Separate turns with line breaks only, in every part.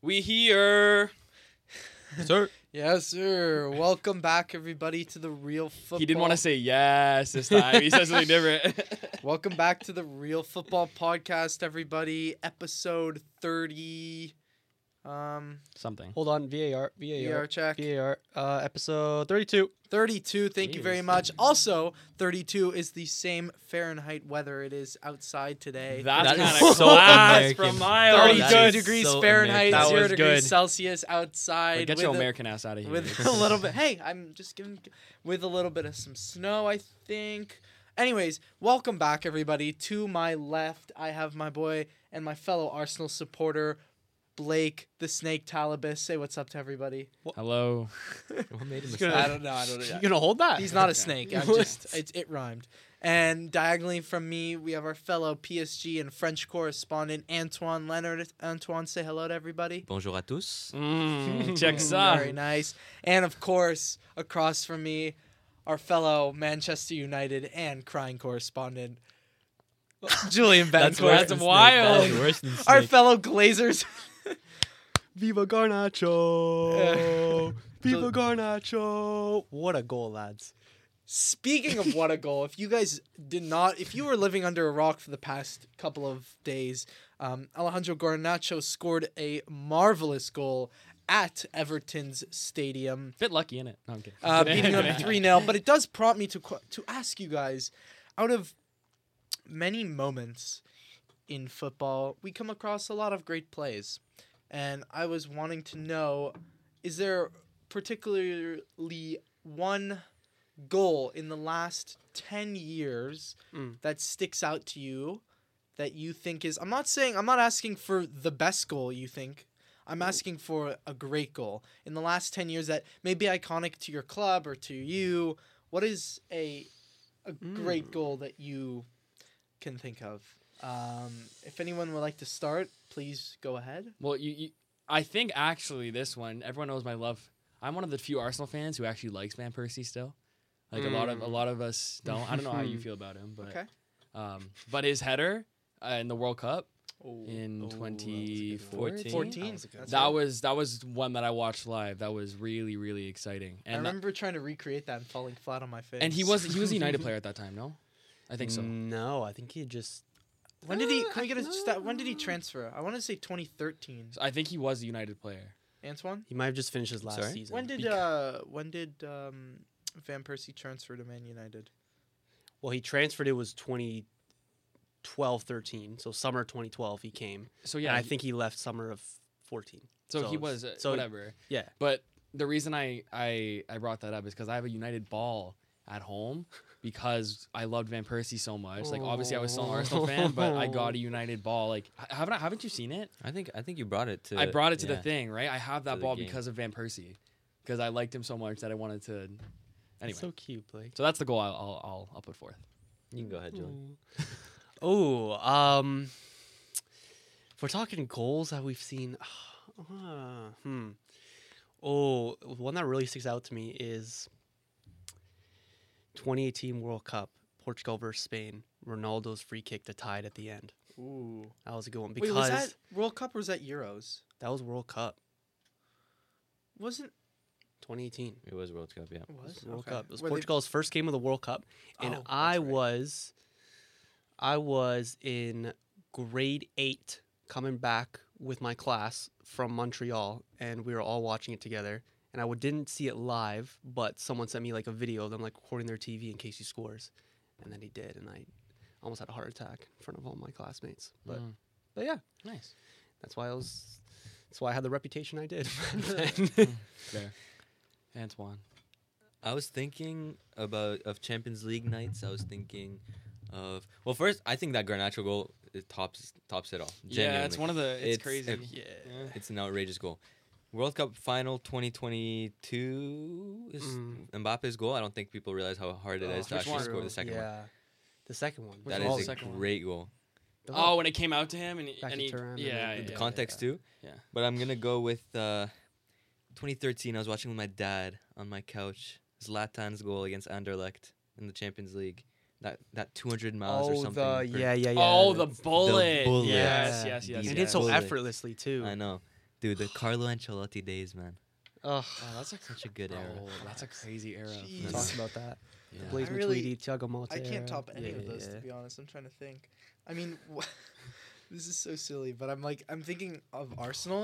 We here.
Sir.
Yes, sir. Welcome back, everybody, to the real football.
He didn't want to say yes this time. He said something different.
Welcome back to the real football podcast, everybody. Episode thirty. Um,
something.
Hold on. VAR.
VR
VAR.
check.
VAR. Uh, episode 32.
32 thank you very
Jeez.
much also 32 is the same fahrenheit weather it is outside today
That's
That is
kind of
so
class
American.
from my
That
old.
32
is
Like,
degrees
so
fahrenheit
American. That
0
was
degrees
good.
celsius outside
Get
with,
your
a,
American ass out of here.
with a little bit hey i'm just giving with a little bit of some snow i think anyways welcome back everybody to my left i have my boy and my fellow arsenal supporter blake the snake talibus say what's up to everybody
Hello.
What made a
i don't know i don't know
You gonna hold that?
He's not a
Okay.
snake. I'm
What?
just it, it rhymed. And diagonally from me, we have our fellow PSG and French correspondent Antoine Leonard. Antoine, say hello to everybody.
Bonjour à tous.
Mm, checks out.
Very nice. And of course, across from me, our fellow Manchester United and crying correspondent Julian
That's
Bencourt.
worse than wild.
That's worse than
Our
snake.
fellow Glazers.
Viva Garnacho.
So-
Viva Garnacho. What a goal, lads.
Speaking of what a goal, if you guys did not, if you were living under a rock for the past couple of days, um, Alejandro Garnacho scored a marvelous goal at Everton's stadium,
Bit lucky in it. No, I'm kidding.
uh, beating them 3 0. But it does prompt me to, qu- to ask you guys out of many moments in football, we come across a lot of great plays. And I was wanting to know is there particularly one goal in the last 10 years
Mm.
that sticks out to you that you think is I'm not saying I'm not asking for the best goal you think
Mm.
I'm asking for a great goal in the last 10 years that may be iconic to your club or to you what is a a great
Mm.
goal that you can think of um, if anyone would like to start please go ahead
Well, you, you, I think actually this one, everyone knows my love. I'm one of the few Arsenal fans who actually likes Van Persie still. Like a lot of a lot of us don't. I don't know how you feel about him, but
Hmm. okay
um, but his header uh, in the World Cup in
Oh, that was a good one.
2014.
14
That was a good
Oh. That's
That
right.
was that was one that I watched live. That was really really exciting.
I
And uh,
remember trying to recreate that and falling flat on my face
and he was he was a United player at that time. No, I think
Mm.
so.
No, I think he just.
When did he?
Uh,
Can we get a
no.
stat? When did he transfer? I want to say 2013.
I think he was a United player.
Antoine.
He might have just finished his last
Sorry?
season.
When did
Bec-
uh? When did um? Van Persie transfer to Man United.
well, he transferred. It was 2012, 13. So summer 2012, he came.
So
Yeah,
yeah,
and I
he-
think he left summer of 14.
so. he
it's-
was uh,
so
whatever.
yeah.
But the reason I I I brought that up is because I have a United ball at home because I loved Van Persie so much. Like obviously I was still an Arsenal fan, but I got a United ball. Like h- haven't I, haven't you seen it?
I think I think you brought it to.
I brought it to
yeah.
the thing, right? I have
To
that
the
ball
game.
because of Van Persie, because I liked him so much that I wanted to. Anyway,
so
so,
cute, Blake.
that's the goal I'll I'll, I'll, I'll put forth.
You can go ahead,
Mm.
Julian.
Oh, um, if we're talking goals that we've seen, uh, hmm. Oh, one that really sticks out to me is 2018 World Cup, Portugal versus Spain, Ronaldo's free kick to tie it at the end.
Ooh.
That was a good one because
Wait, was that World Cup or was that Euros?
that was World Cup
Wasn't
2018.
It was World Cup, yeah.
it
It
was
was World
Okay.
Cup. It was
Were they-
Portugal's first game of the World Cup, and
Oh, that's
I
right.
was, I was in grade eight, coming back with my class from Montreal, and we were all watching it together. And I would- didn't see it live, but someone sent me like a video of them like recording their TV in case he scores, and then he did, and I almost had a heart attack in front of all my classmates. But
Mm.
but yeah,
nice.
that's why I was, that's why I had the reputation I did.
Fair. Antoine.
I was thinking about of Champions League nights. I was thinking of well, first I think that Garnacho goal it tops tops it all.
Yeah, it's
Genuinely.
one of the. It's,
It's a-
crazy.
yeah.
It's an outrageous goal. World Cup final 2022 is
Mm.
Mbappe's goal. I don't think people realize how hard it is
Oh,
to
which
actually
one?
score the second one.
Yeah. The second one.
Which
That
one? Oh,
is a
second one.
great goal.
The
Oh, when it came out to him and,
Back
and
to
he,
Turin and
yeah,
then
yeah,
the
yeah,
context too.
Yeah.
But I'm gonna go with uh, 2013. I was watching with my dad on my couch. Zlatan's goal against Anderlecht in the Champions League. That that 200 miles or something.
Oh, the
per-
yeah, yeah, yeah.
Oh, the bullet.
bullet.
Yes,
Yeah.
yes, yes.
And
he
yes.
did so
Bullet.
effortlessly too.
I know. Dude, the Carlo Ancelotti days, man.
Ugh.
Oh, that's a
Such a good
oh,
era.
that's a crazy era.
Jeez.
We
Yeah.
talked about that.
Yeah.
Blaise
I really-
Matuidi, Thiago Motta.
I can't top any
yeah,
of those
yeah.
to be honest. I'm trying to think. I mean, wh- this is so silly, but I'm like I'm thinking of Arsenal.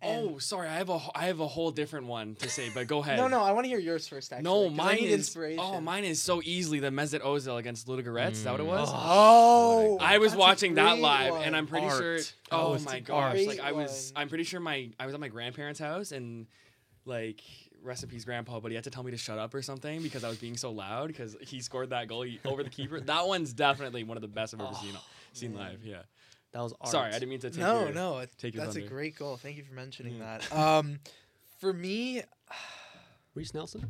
and-
Oh, sorry. I have a wh- I have a whole different one to say, but go ahead.
no, no, I want to hear yours first. Actually,
No,
'cause I
mine
need
is
inspiration.
oh, mine is so easily the Mesut Ozil against Ludogorets. Is that what it was?
Mm.
Oh,
I was
that's a
watching that
great
live,
one.
and I'm pretty
Art.
sure.
That
Oh
was
my
a
gosh!
great
Like I was,
one.
I'm pretty sure my I was at my grandparents' house, and like recipes grandpa, but he had to tell me to shut up or something because I was being so loud because he scored that goal he- over the keeper. That one's definitely one of the best I've ever seen seen
Oh, man.
live. Yeah.
That was art.
Sorry, I didn't mean to. Take
no,
your-
no, it-
take your
that's a
thunder. Hmm.
great goal. Thank you for mentioning
Yeah.
that. Um, for me,
Reese Nelson.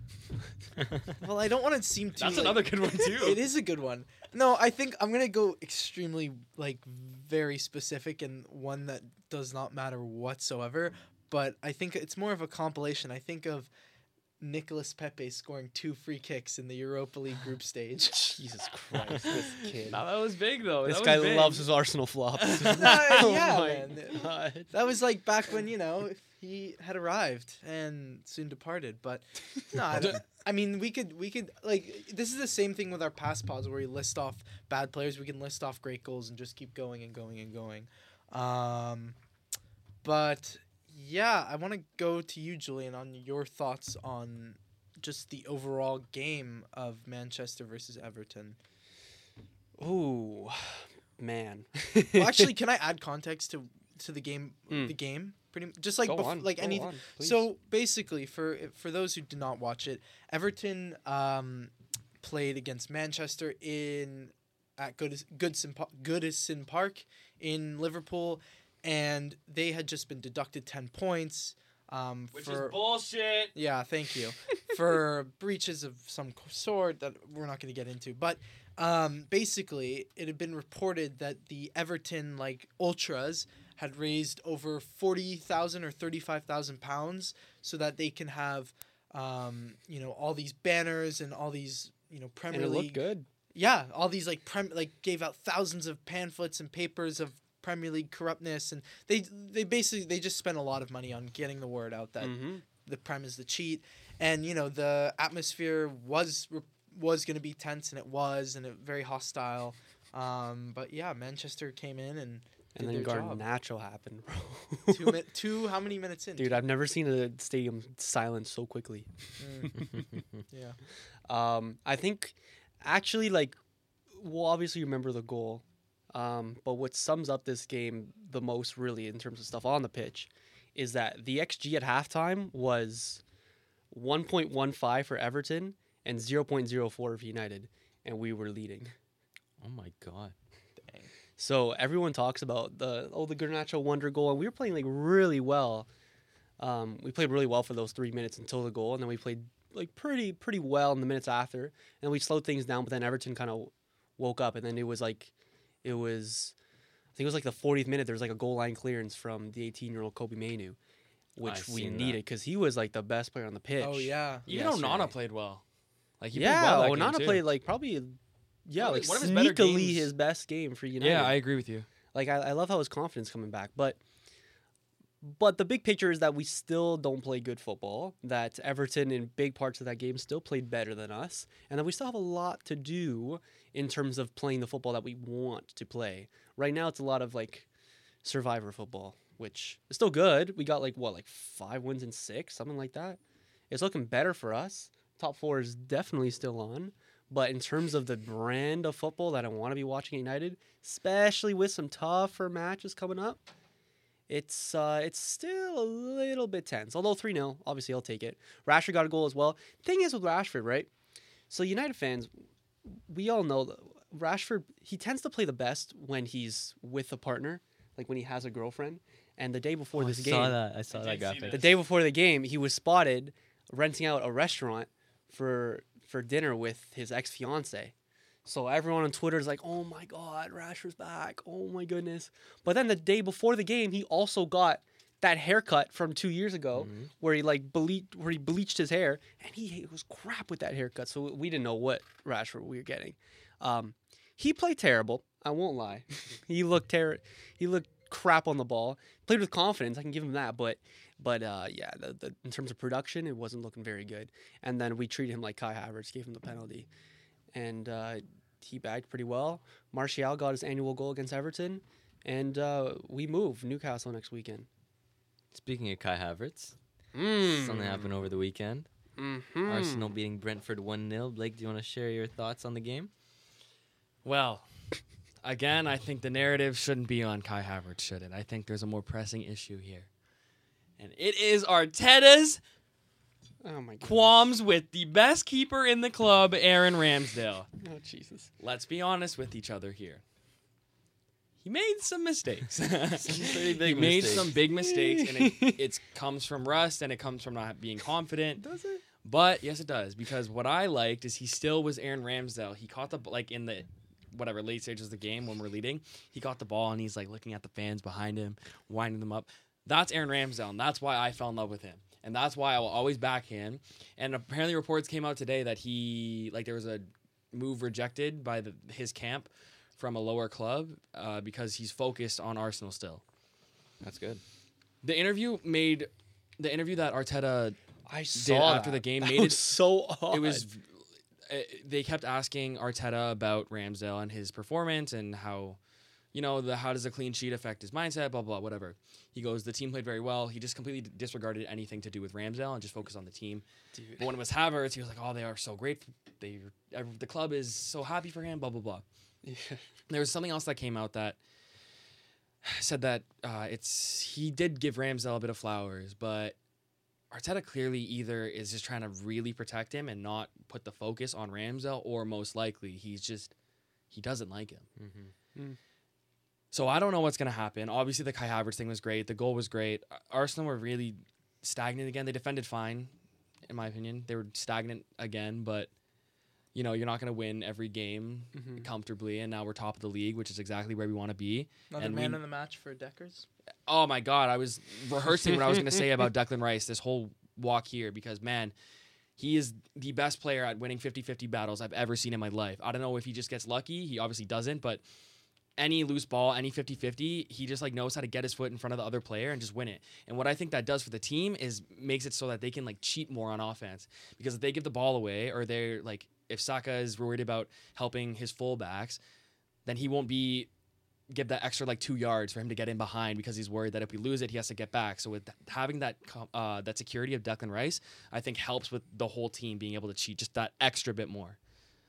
well, I don't want to seem too.
That's
like-
another good one too.
It is a good one. No, I think I'm gonna go extremely like very specific and one that does not matter whatsoever. But I think it's more of a compilation. I think of Nicolas Pepe scoring two free kicks in the Europa League group stage.
Jesus Christ, this kid.
Now, that was big though.
this
That
guy
was big.
loves his Arsenal flops.
Uh,
Oh
yeah,
my
man.
God.
That was like back when you know he had arrived and soon departed. But no, I, don't- I mean we could we could like this is the same thing with our past pods where we list off bad players. We can list off great goals and just keep going and going and going. Um, but yeah, I want to go to you, Julian, on your thoughts on just the overall game of Manchester versus Everton.
Ooh, man.
Well, actually, can I add context to to the game?
Mm.
The game, pretty m- just like
Go
bef-
on,
like
go
anything.
on, please.
So basically, for for those who did not watch it, Everton um, played against Manchester in at Goodis, Goodison Pa- Goodison Park in Liverpool, and they had just been deducted ten points. Um,
Which
for,
is bullshit.
yeah, thank you for breaches of some c- sort that we're not going to get into. But um, basically, it had been reported that the Everton like ultras had raised over forty thousand or thirty five thousand pounds so that they can have um, you know all these banners and all these you know Premier
and it
League
looked good.
yeah, all these like prem like gave out thousands of pamphlets and papers of Premier League corruptness, and they they basically they just spent a lot of money on getting the word out that
Mhm.
the prem is the cheat, and you know the atmosphere was re- was going to be tense, and it was, and it very hostile. Um, but yeah, Manchester came in and
And
did
then
their job.
Garnacho happened, bro.
two min- two how many minutes in?
Dude, I've never seen a stadium silent so quickly.
Mm, yeah,
Um, I think actually, like, we'll obviously remember the goal. Um, but what sums up this game the most, really, in terms of stuff on the pitch, is that the XG at halftime was 1.15 for Everton and 0.04 for United, and we were leading.
Oh my god.
So everyone talks about the oh the Garnacho wonder goal, and we were playing like really well. Um, we played really well for those three minutes until the goal, and then we played like pretty pretty well in the minutes after, and we slowed things down. But then Everton kind of woke up, and then it was like it was I think it was like the 40th minute. There was like a goal line clearance from the 18 year old Kobe Mainu, which
I've
we
seen that.
needed because he was like the best player on the pitch.
oh yeah,
Even
Yes,
Onana
right.
played well. Like he played
yeah.
well that game,
Onana
too.
played like probably yeah
One of
like
his- one of his better
sneakily
games.
his best game for United.
Yeah, I agree with you.
Like I, I love how his confidence coming back, but but the big picture is that we still don't play good football. That Everton in big parts of that game still played better than us, and that we still have a lot to do in terms of playing the football that we want to play. Right now, it's a lot of like survivor football, which is still good. We got like what like five wins and six, something like that. It's looking better for us. Top four is definitely still on. But in terms of the brand of football that I want to be watching at United, especially with some tougher matches coming up, it's uh, it's still a little bit tense. Although 3 0, obviously I'll take it. Rashford got a goal as well. Thing is with Rashford, right? So United fans, we all know that Rashford, he tends to play the best when he's with a partner, like when he has a girlfriend. And the day before
Oh, I
this game,
saw that. I saw
I
that
did see
graphic.
that.
the day before the game, he was spotted renting out a restaurant for for dinner with his ex fiance. So everyone on Twitter is like, "Oh my God, Rashford's back! Oh my goodness!" But then the day before the game, he also got that haircut from two years ago, where he like bleached where he bleached his hair, and he was crap with that haircut. So we didn't know what Rashford we were getting. Um, he played terrible. I won't lie. he looked ter- He looked crap on the ball. Played with confidence. I can give him that. But but uh, yeah, the, the, in terms of production, it wasn't looking very good. And then we treated him like Kai Havertz, gave him the penalty, and uh, he bagged pretty well. Martial got his annual goal against Everton, and uh, we move Newcastle next weekend.
Speaking of Kai Havertz,
Hmm.
Mm.
something happened over the weekend.
Mhm.
Arsenal beating Brentford 1 0. Blake, do you want to share your thoughts on the game?
Well, again, I think the narrative shouldn't be on Kai Havertz, should it? I think there's a more pressing issue here. And it is Arteta's
Oh my god.
qualms with the best keeper in the club, Aaron Ramsdale.
Oh Jesus.
Let's be honest with each other here. He made some mistakes.
pretty
he
big
made
mistakes.
some big mistakes, and it it's, comes from rust and it comes from not being confident.
Does it?
But yes, it does because what I liked is he still was Aaron Ramsdale. He caught the like in the whatever late stages of the game when we're leading, he caught the ball and he's like looking at the fans behind him, winding them up. That's Aaron Ramsdale, and that's why I fell in love with him, and that's why I will always back him. And apparently, reports came out today that he like there was a move rejected by the, his camp from a lower club uh, because he's focused on Arsenal still.
That's good.
The interview made the interview that Arteta
I saw
after the
that.
game
That
made it-
was so odd.
it was uh, they kept asking Arteta about Ramsdale and his performance and how you know the how does a clean sheet affect his mindset blah blah whatever he goes the team played very well he just completely disregarded anything to do with Ramsdale and just focused on the team
Dude.
but when it was Havertz he was like oh they are so great they ev- the club is so happy for him blah blah blah there was something else that came out that said that uh, it's he did give Ramsdale a bit of flowers, but Arteta clearly either is just trying to really protect him and not put the focus on Ramsdale, or most likely he's just he doesn't like him. So I don't know what's gonna happen. Obviously, the Kai Havertz thing was great. The goal was great. Ar- Arsenal were really stagnant again. They defended fine, in my opinion. They were stagnant again, but you know you're not gonna win every game
Mhm.
comfortably. And now we're top of the league, which is exactly where we want to be.
Another
And we-
man in the match for Deckers.
Oh my God, I was rehearsing what I was going to say about Declan Rice this whole walk here because, man, he is the best player at winning 50 50 battles I've ever seen in my life. I don't know if he just gets lucky. He obviously doesn't, but any loose ball, any 50 50, he just like knows how to get his foot in front of the other player and just win it. And what I think that does for the team is makes it so that they can like cheat more on offense because if they give the ball away or they're like, if Saka is worried about helping his fullbacks, then he won't be give that extra like two yards for him to get in behind because he's worried that if we lose it, he has to get back. So with th- having that com- uh, that security of Declan Rice, I think helps with the whole team being able to cheat just that extra bit more.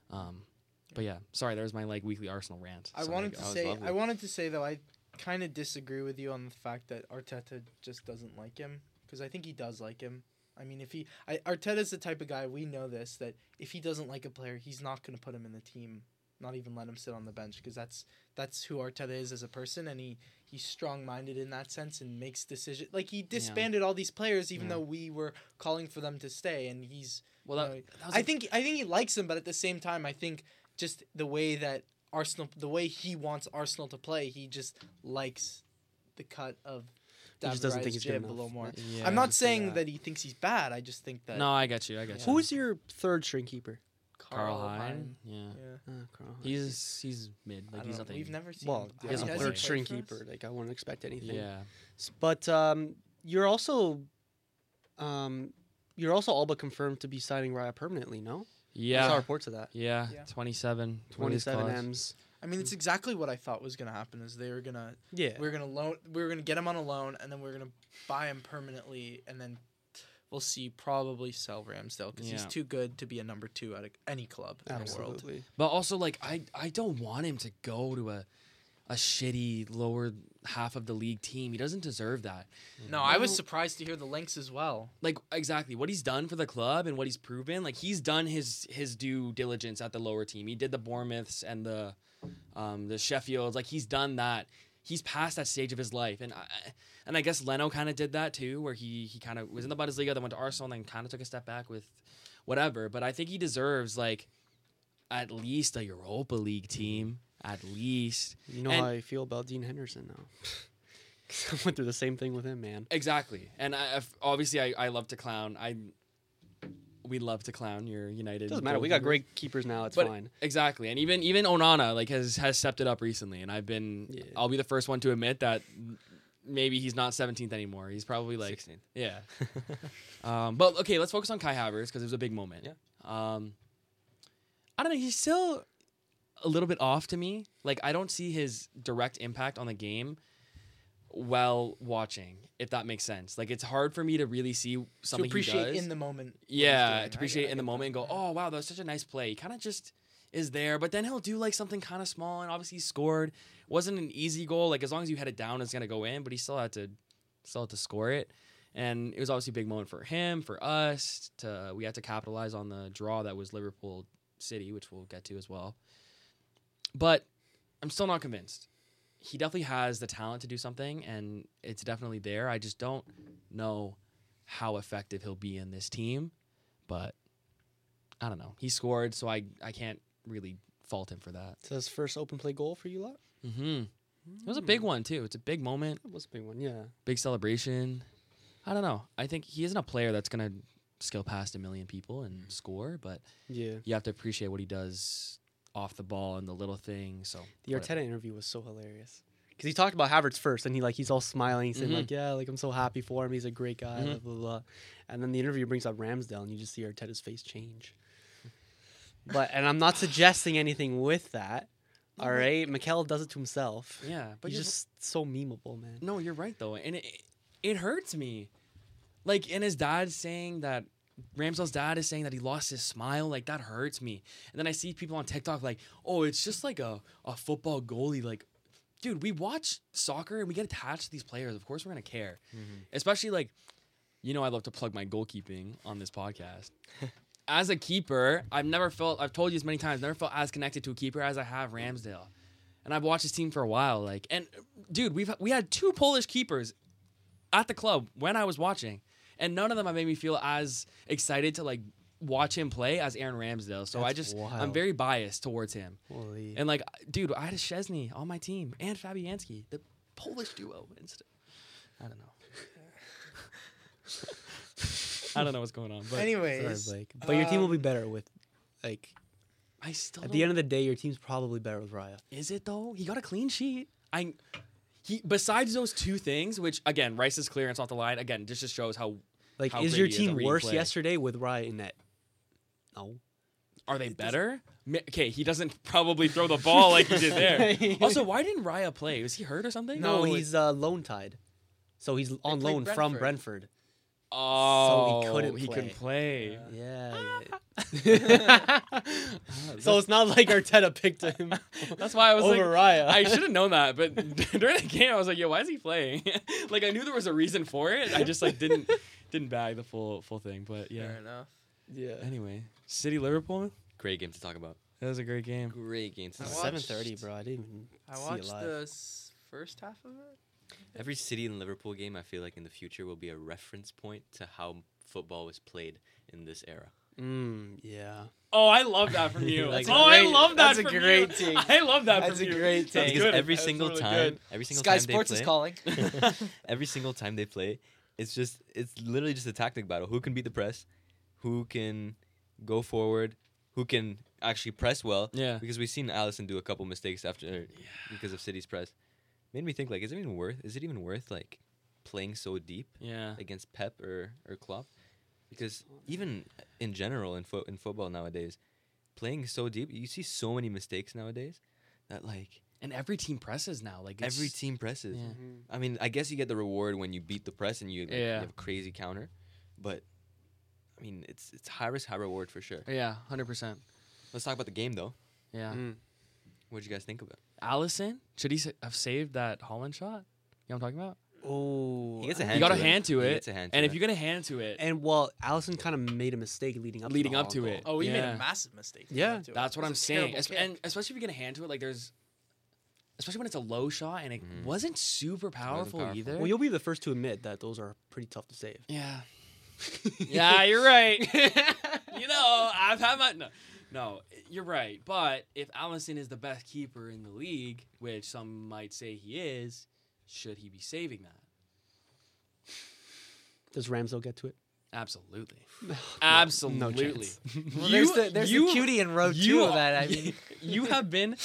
Um, but yeah, sorry, that was my like weekly Arsenal rant.
I
So,
wanted
like,
to
was
say
lovely.
I wanted to say though I kind of disagree with you on the fact that Arteta just doesn't like him because I think he does like him. I mean, if he I, Arteta's the type of guy we know this that if he doesn't like a player, he's not going to put him in the team, not even let him sit on the bench because that's that's who Arteta is as a person and he he's strong-minded in that sense and makes decisions. Like he disbanded all these players even
Yeah.
though we were calling for them to stay and he's
well, that,
you know,
that was
I
like-
think I think he likes him, but at the same time, I think just the way that Arsenal, the way he wants Arsenal to play, he just likes the cut of
He just
David
doesn't
Raya's
think he's good
jib a
enough.
little more.
Yeah.
I'm not
Just
saying
that.
that. he thinks he's bad. I just think that
no, I got you. I got
Yeah.
you.
Who's your third string keeper?
Carl Hein?
Hine,
Yeah.
Yeah.
Uh, Carl Hines.
he's he's mid.
I
Like
don't
he's
know.
nothing.
We've never seen.
well,
I
he
as
doesn't
a
play.
mean, has
third
played
string
for us?
keeper, like I wouldn't expect anything.
yeah.
S- But um, you're also, um, you're also all but confirmed to be signing Raya permanently. No, I saw
Yeah.
reports of that.
Yeah.
Yeah.
27. one of these
Twenty-seven
clause.
M's.
I mean, it's
Mm.
exactly what I thought was gonna happen. Is they were gonna
Yeah,
we are gonna loan we were gonna get him on a loan, and then we are gonna buy him permanently, and then we'll see probably sell Ramsdale because he's
Yeah.
too good to be a number two at a, any club in the world.
absolutely.
But also, like, I, I don't want him to go to a a shitty lower half of the league team. He doesn't deserve that.
No, I was surprised to hear the links as well.
Like, exactly what he's done for the club and what he's proven. Like, he's done his his due diligence at the lower team. He did the Bournemouths and the um, the Sheffields. Like, he's done that. He's past that stage of his life, and I, and I guess Leno kind of did that too, where he he kind of was in the Bundesliga, then went to Arsenal, and then kind of took a step back with whatever. But I think he deserves like at least a Europa League team, at least.
You know
And-
how I feel about Dean Henderson though. 'Cause I went through the same thing with him, man.
Exactly, and I, if- obviously I, I love to clown. I we love to clown your United.
Doesn't matter. We got
goalkeepers.
great keepers now. It's
But-
fine.
Exactly, and even even Onana like has has stepped it up recently, and I've been
Yeah.
I'll be the first one to admit that maybe he's not 17th anymore. He's probably like
16th.
yeah. Um, but okay, let's focus on Kai Havertz because it was a big moment.
Yeah.
Um, I don't know. He's still a little bit off to me. Like I don't see his direct impact on the game while watching, if that makes sense. Like it's hard for me to really see
to
something he
appreciate
does.
in the moment. what he's doing.
yeah,
I
to
get-
appreciate
I
it in the
get
moment and
that.
go, oh wow, that was such a nice play. He kind of just is there, but then he'll do like something kind of small, and obviously he scored. wasn't an easy goal. Like as long as you had it down, it's gonna go in, but he still had to still had to score it. And it was obviously a big moment for him, for us. To we had to capitalize on the draw that was Liverpool City, which we'll get to as well. But I'm still not convinced. He definitely has the talent to do something, and it's definitely there. I just don't know how effective he'll be in this team, but I don't know. He scored, so I I can't really fault him for that.
So his first open play goal for you lot.
Mm-hmm. It was a big one too. It's a big moment,
That was a big one. Yeah.
big celebration. I don't know. I think he isn't a player that's gonna skill past a million people
Mm-hmm.
and score, but
Yeah.
you have to appreciate what he does off the ball and the little things. So
The
whatever.
Arteta interview was so hilarious because he talked about Havertz first, and he like he's all smiling, he's saying
Mhm.
like, "Yeah, like I'm so happy for him. He's a great guy."
Mhm.
Blah blah blah. And then the interview brings up Ramsdale, and you just see Arteta's face change. But and I'm not suggesting anything with that. All right, Mikel does it to himself.
yeah,
But
but
he's
you're
just so memeable, man.
No, you're right though, and it it hurts me. Like, and his dad saying that Ramsdale's dad is saying that he lost his smile. Like that hurts me. And then I see people on TikTok like, oh, it's just like a a football goalie. Like, dude, we watch soccer and we get attached to these players. Of course, we're gonna care, especially like, you know, I love to plug my goalkeeping on this podcast. As a keeper, I've never felt, I've told you this many times, never felt as connected to a keeper as I have Ramsdale and I've watched his team for a while. Like, and dude, we've we had two Polish keepers at the club when I was watching, and none of them have made me feel as excited to like watch him play as Aaron Ramsdale. So I
That's
just I'm
wild.
very biased towards him.
Holy.
And like, dude, I had a Chesney on my team and Fabianski, the Polish duo. Instead, I don't know. I don't know what's going on, but
Sorry,
Anyways, uh,
Blake. But your team
Um,
will be better with, like,
I still
at
don't-
the end of the day, your team's probably better with Raya.
Is it though? He got a clean sheet. I he besides those two things, which again, Rice's clearance off the line again just just shows how
Like,
How
is your
great he is at
team
reading
worse
play.
yesterday with Raya in net? No.
are they better? Mi- Okay, he doesn't probably throw the ball like he did there. also, why didn't Raya play? Was he hurt or something?
No,
No, it-
he's uh, loan tied. So he's on
played
loan from Brentford.
Brentford.
Oh,
So he couldn't
He couldn't play.
Yeah.
Mm-hmm.
yeah. so it's not like Arteta picked him
That's why I was
over
like,
Raya.
I should have known that, but during the game, I was like, "Yo, why is he playing?" like, I knew there was a reason for it. I just like didn't didn't bag the full full thing. But yeah.
fair enough.
yeah.
Anyway, City Liverpool.
Great game to talk about.
That was a great game.
Great game to
I
talk
Seven
about.
thirty, bro. I didn't even
I
see it
watched
live.
the s- first half of it.
Every City and Liverpool game, I feel like in the future will be a reference point to how football was played in this era.
Mm, yeah.
Oh, I love that from you.
Like,
oh, I
great-
love that
that's a
from
great
you.
take.
I love that
That's
from
a
you.
great
That's
take.
because
good.
every
That's
single
really
time,
good.
every single
Sky
time
Sports
they
is
play,
calling.
every single time they play, it's just it's literally just a tactic battle. Who can beat the press? Who can go forward? Who can actually press well?
Yeah.
Because we've seen Allison do a couple mistakes after er, because of City's press. Made me think like, is it even worth? Is it even worth like playing so deep
Yeah.
against Pep or or Klopp? Because even in general in fo- in football nowadays, playing so deep, you see so many mistakes nowadays that like
And every team presses now. Like it's,
every team presses.
Yeah.
I mean, I guess you get the reward when you beat the press and you, like, you
Yeah.
have a crazy counter, but I mean, it's it's high risk, high reward for sure.
Yeah, hundred percent.
Let's talk about the game though.
Yeah.
Mm.
What did you guys think of it?
Allison, should he sa- have saved that Holland shot? You know what I'm talking about?
Oh.
He gets a
I-
You
hand
got a
to it.
hand to
He
it.
gets a hand to
and
it.
if you get a hand to it,
And well, Allison kind of made a mistake leading up. to
Leading
the
up to
Holland
it.
goal.
Oh, we made
Yeah.
a massive mistake. to
Yeah.
get to it.
that's what
It
I'm
was a
saying.
terrible
Es-
kick.
and especially if you get a hand to it, like there's, especially when it's a low shot and it
Mhm.
wasn't super powerful,
powerful.
either.
Well, you'll be the first to admit that those are pretty tough to save.
Yeah. yeah, you're right. you know, I've had my no, no, you're right. But if Allison is the best keeper in the league, which some might say he is, should he be saving that?
Does Ramsdale get to it?
Absolutely.
No,
Absolutely.
chance.
Well, there's the, there's the cutie in row
you
two of that. I
are-
mean,
you have been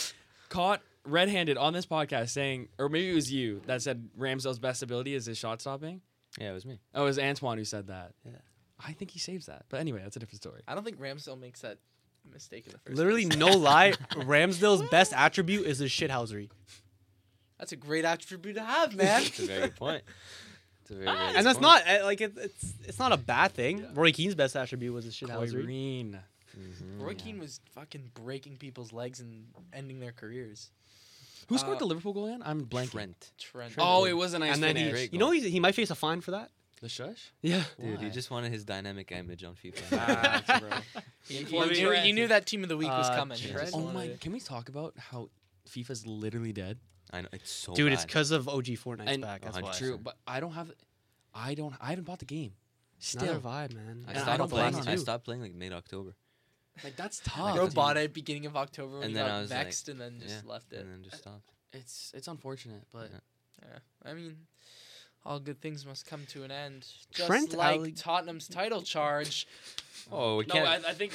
caught red-handed on this podcast saying, or maybe it was you that said Ramsdale's best ability is his shot stopping.
Yeah, it was me.
Oh, it was Antoine who said that.
Yeah.
I think he saves that. But anyway, that's a different story.
I don't think Ramsdale makes that mistake in the first.
Literally,
place.
no lie. Ramsdale's best attribute is his shithousery,
That's a great attribute to have, man.
It's a very good point. It's a very, very good
and that's
point.
not uh, like it, it's it's not a bad thing. Roy Keane's best attribute was his shithousery.
Irene.
Mm-hmm.
Roy Keane was fucking breaking people's legs and ending their careers.
Who scored
Uh,
the Liverpool goal again? I'm blanking.
Trent.
Trent.
Oh, it was a nice
And then
finish.
he,
Great
you know,
goal.
he's, he might face a fine for that.
The shush?
Yeah.
Dude,
Why?
he just wanted his dynamic image on
Ah,
FIFA.
Facts, bro.
You,
Well,
you
I mean,
knew,
Trent-
you knew that team of the week was
Uh,
coming.
Trent.
You just
Oh
Oh
wanted
my!
it.
Can we talk about how FIFA's literally dead?
I know it's so
Dude, it's
bad.
because of OG Fortnite's
And-
back. That's
Oh,
why.
Why?
True, but I don't have. I don't. I haven't bought the game.
Another
Still,
vibe, man.
I
and I
stopped
don't blame
playing.
him.
I stopped playing like mid October,
like that's tough.
Oh,
Bro
Like,
bought it beginning of October when
And
he
then
got
I was like-
vexed and then just
yeah,
left it.
and then just stopped.
It's it's unfortunate, but
Yeah.
Yeah. I mean, all good things must come to an end. Just
Trent
like
Ale-
Tottenham's title charge.
Oh, we
no, I, I think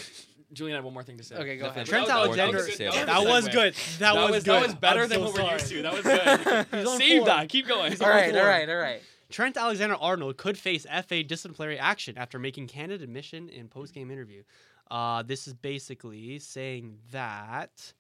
Julian had one more thing to say.
Okay, go ahead.
Definitely.
Trent
That was- that
Alexander.
was a good-
That
That was
segue.
good. That, was, good.
That was better
I'm
than
so
what we're
sorry.
used to. That was good.
He's on
Save
form.
that. Keep going.
on
all right, all
form.
right, all right.
Trent Alexander Arnold could face FA disciplinary action after making candid admission in post game interview. Uh, this is basically saying that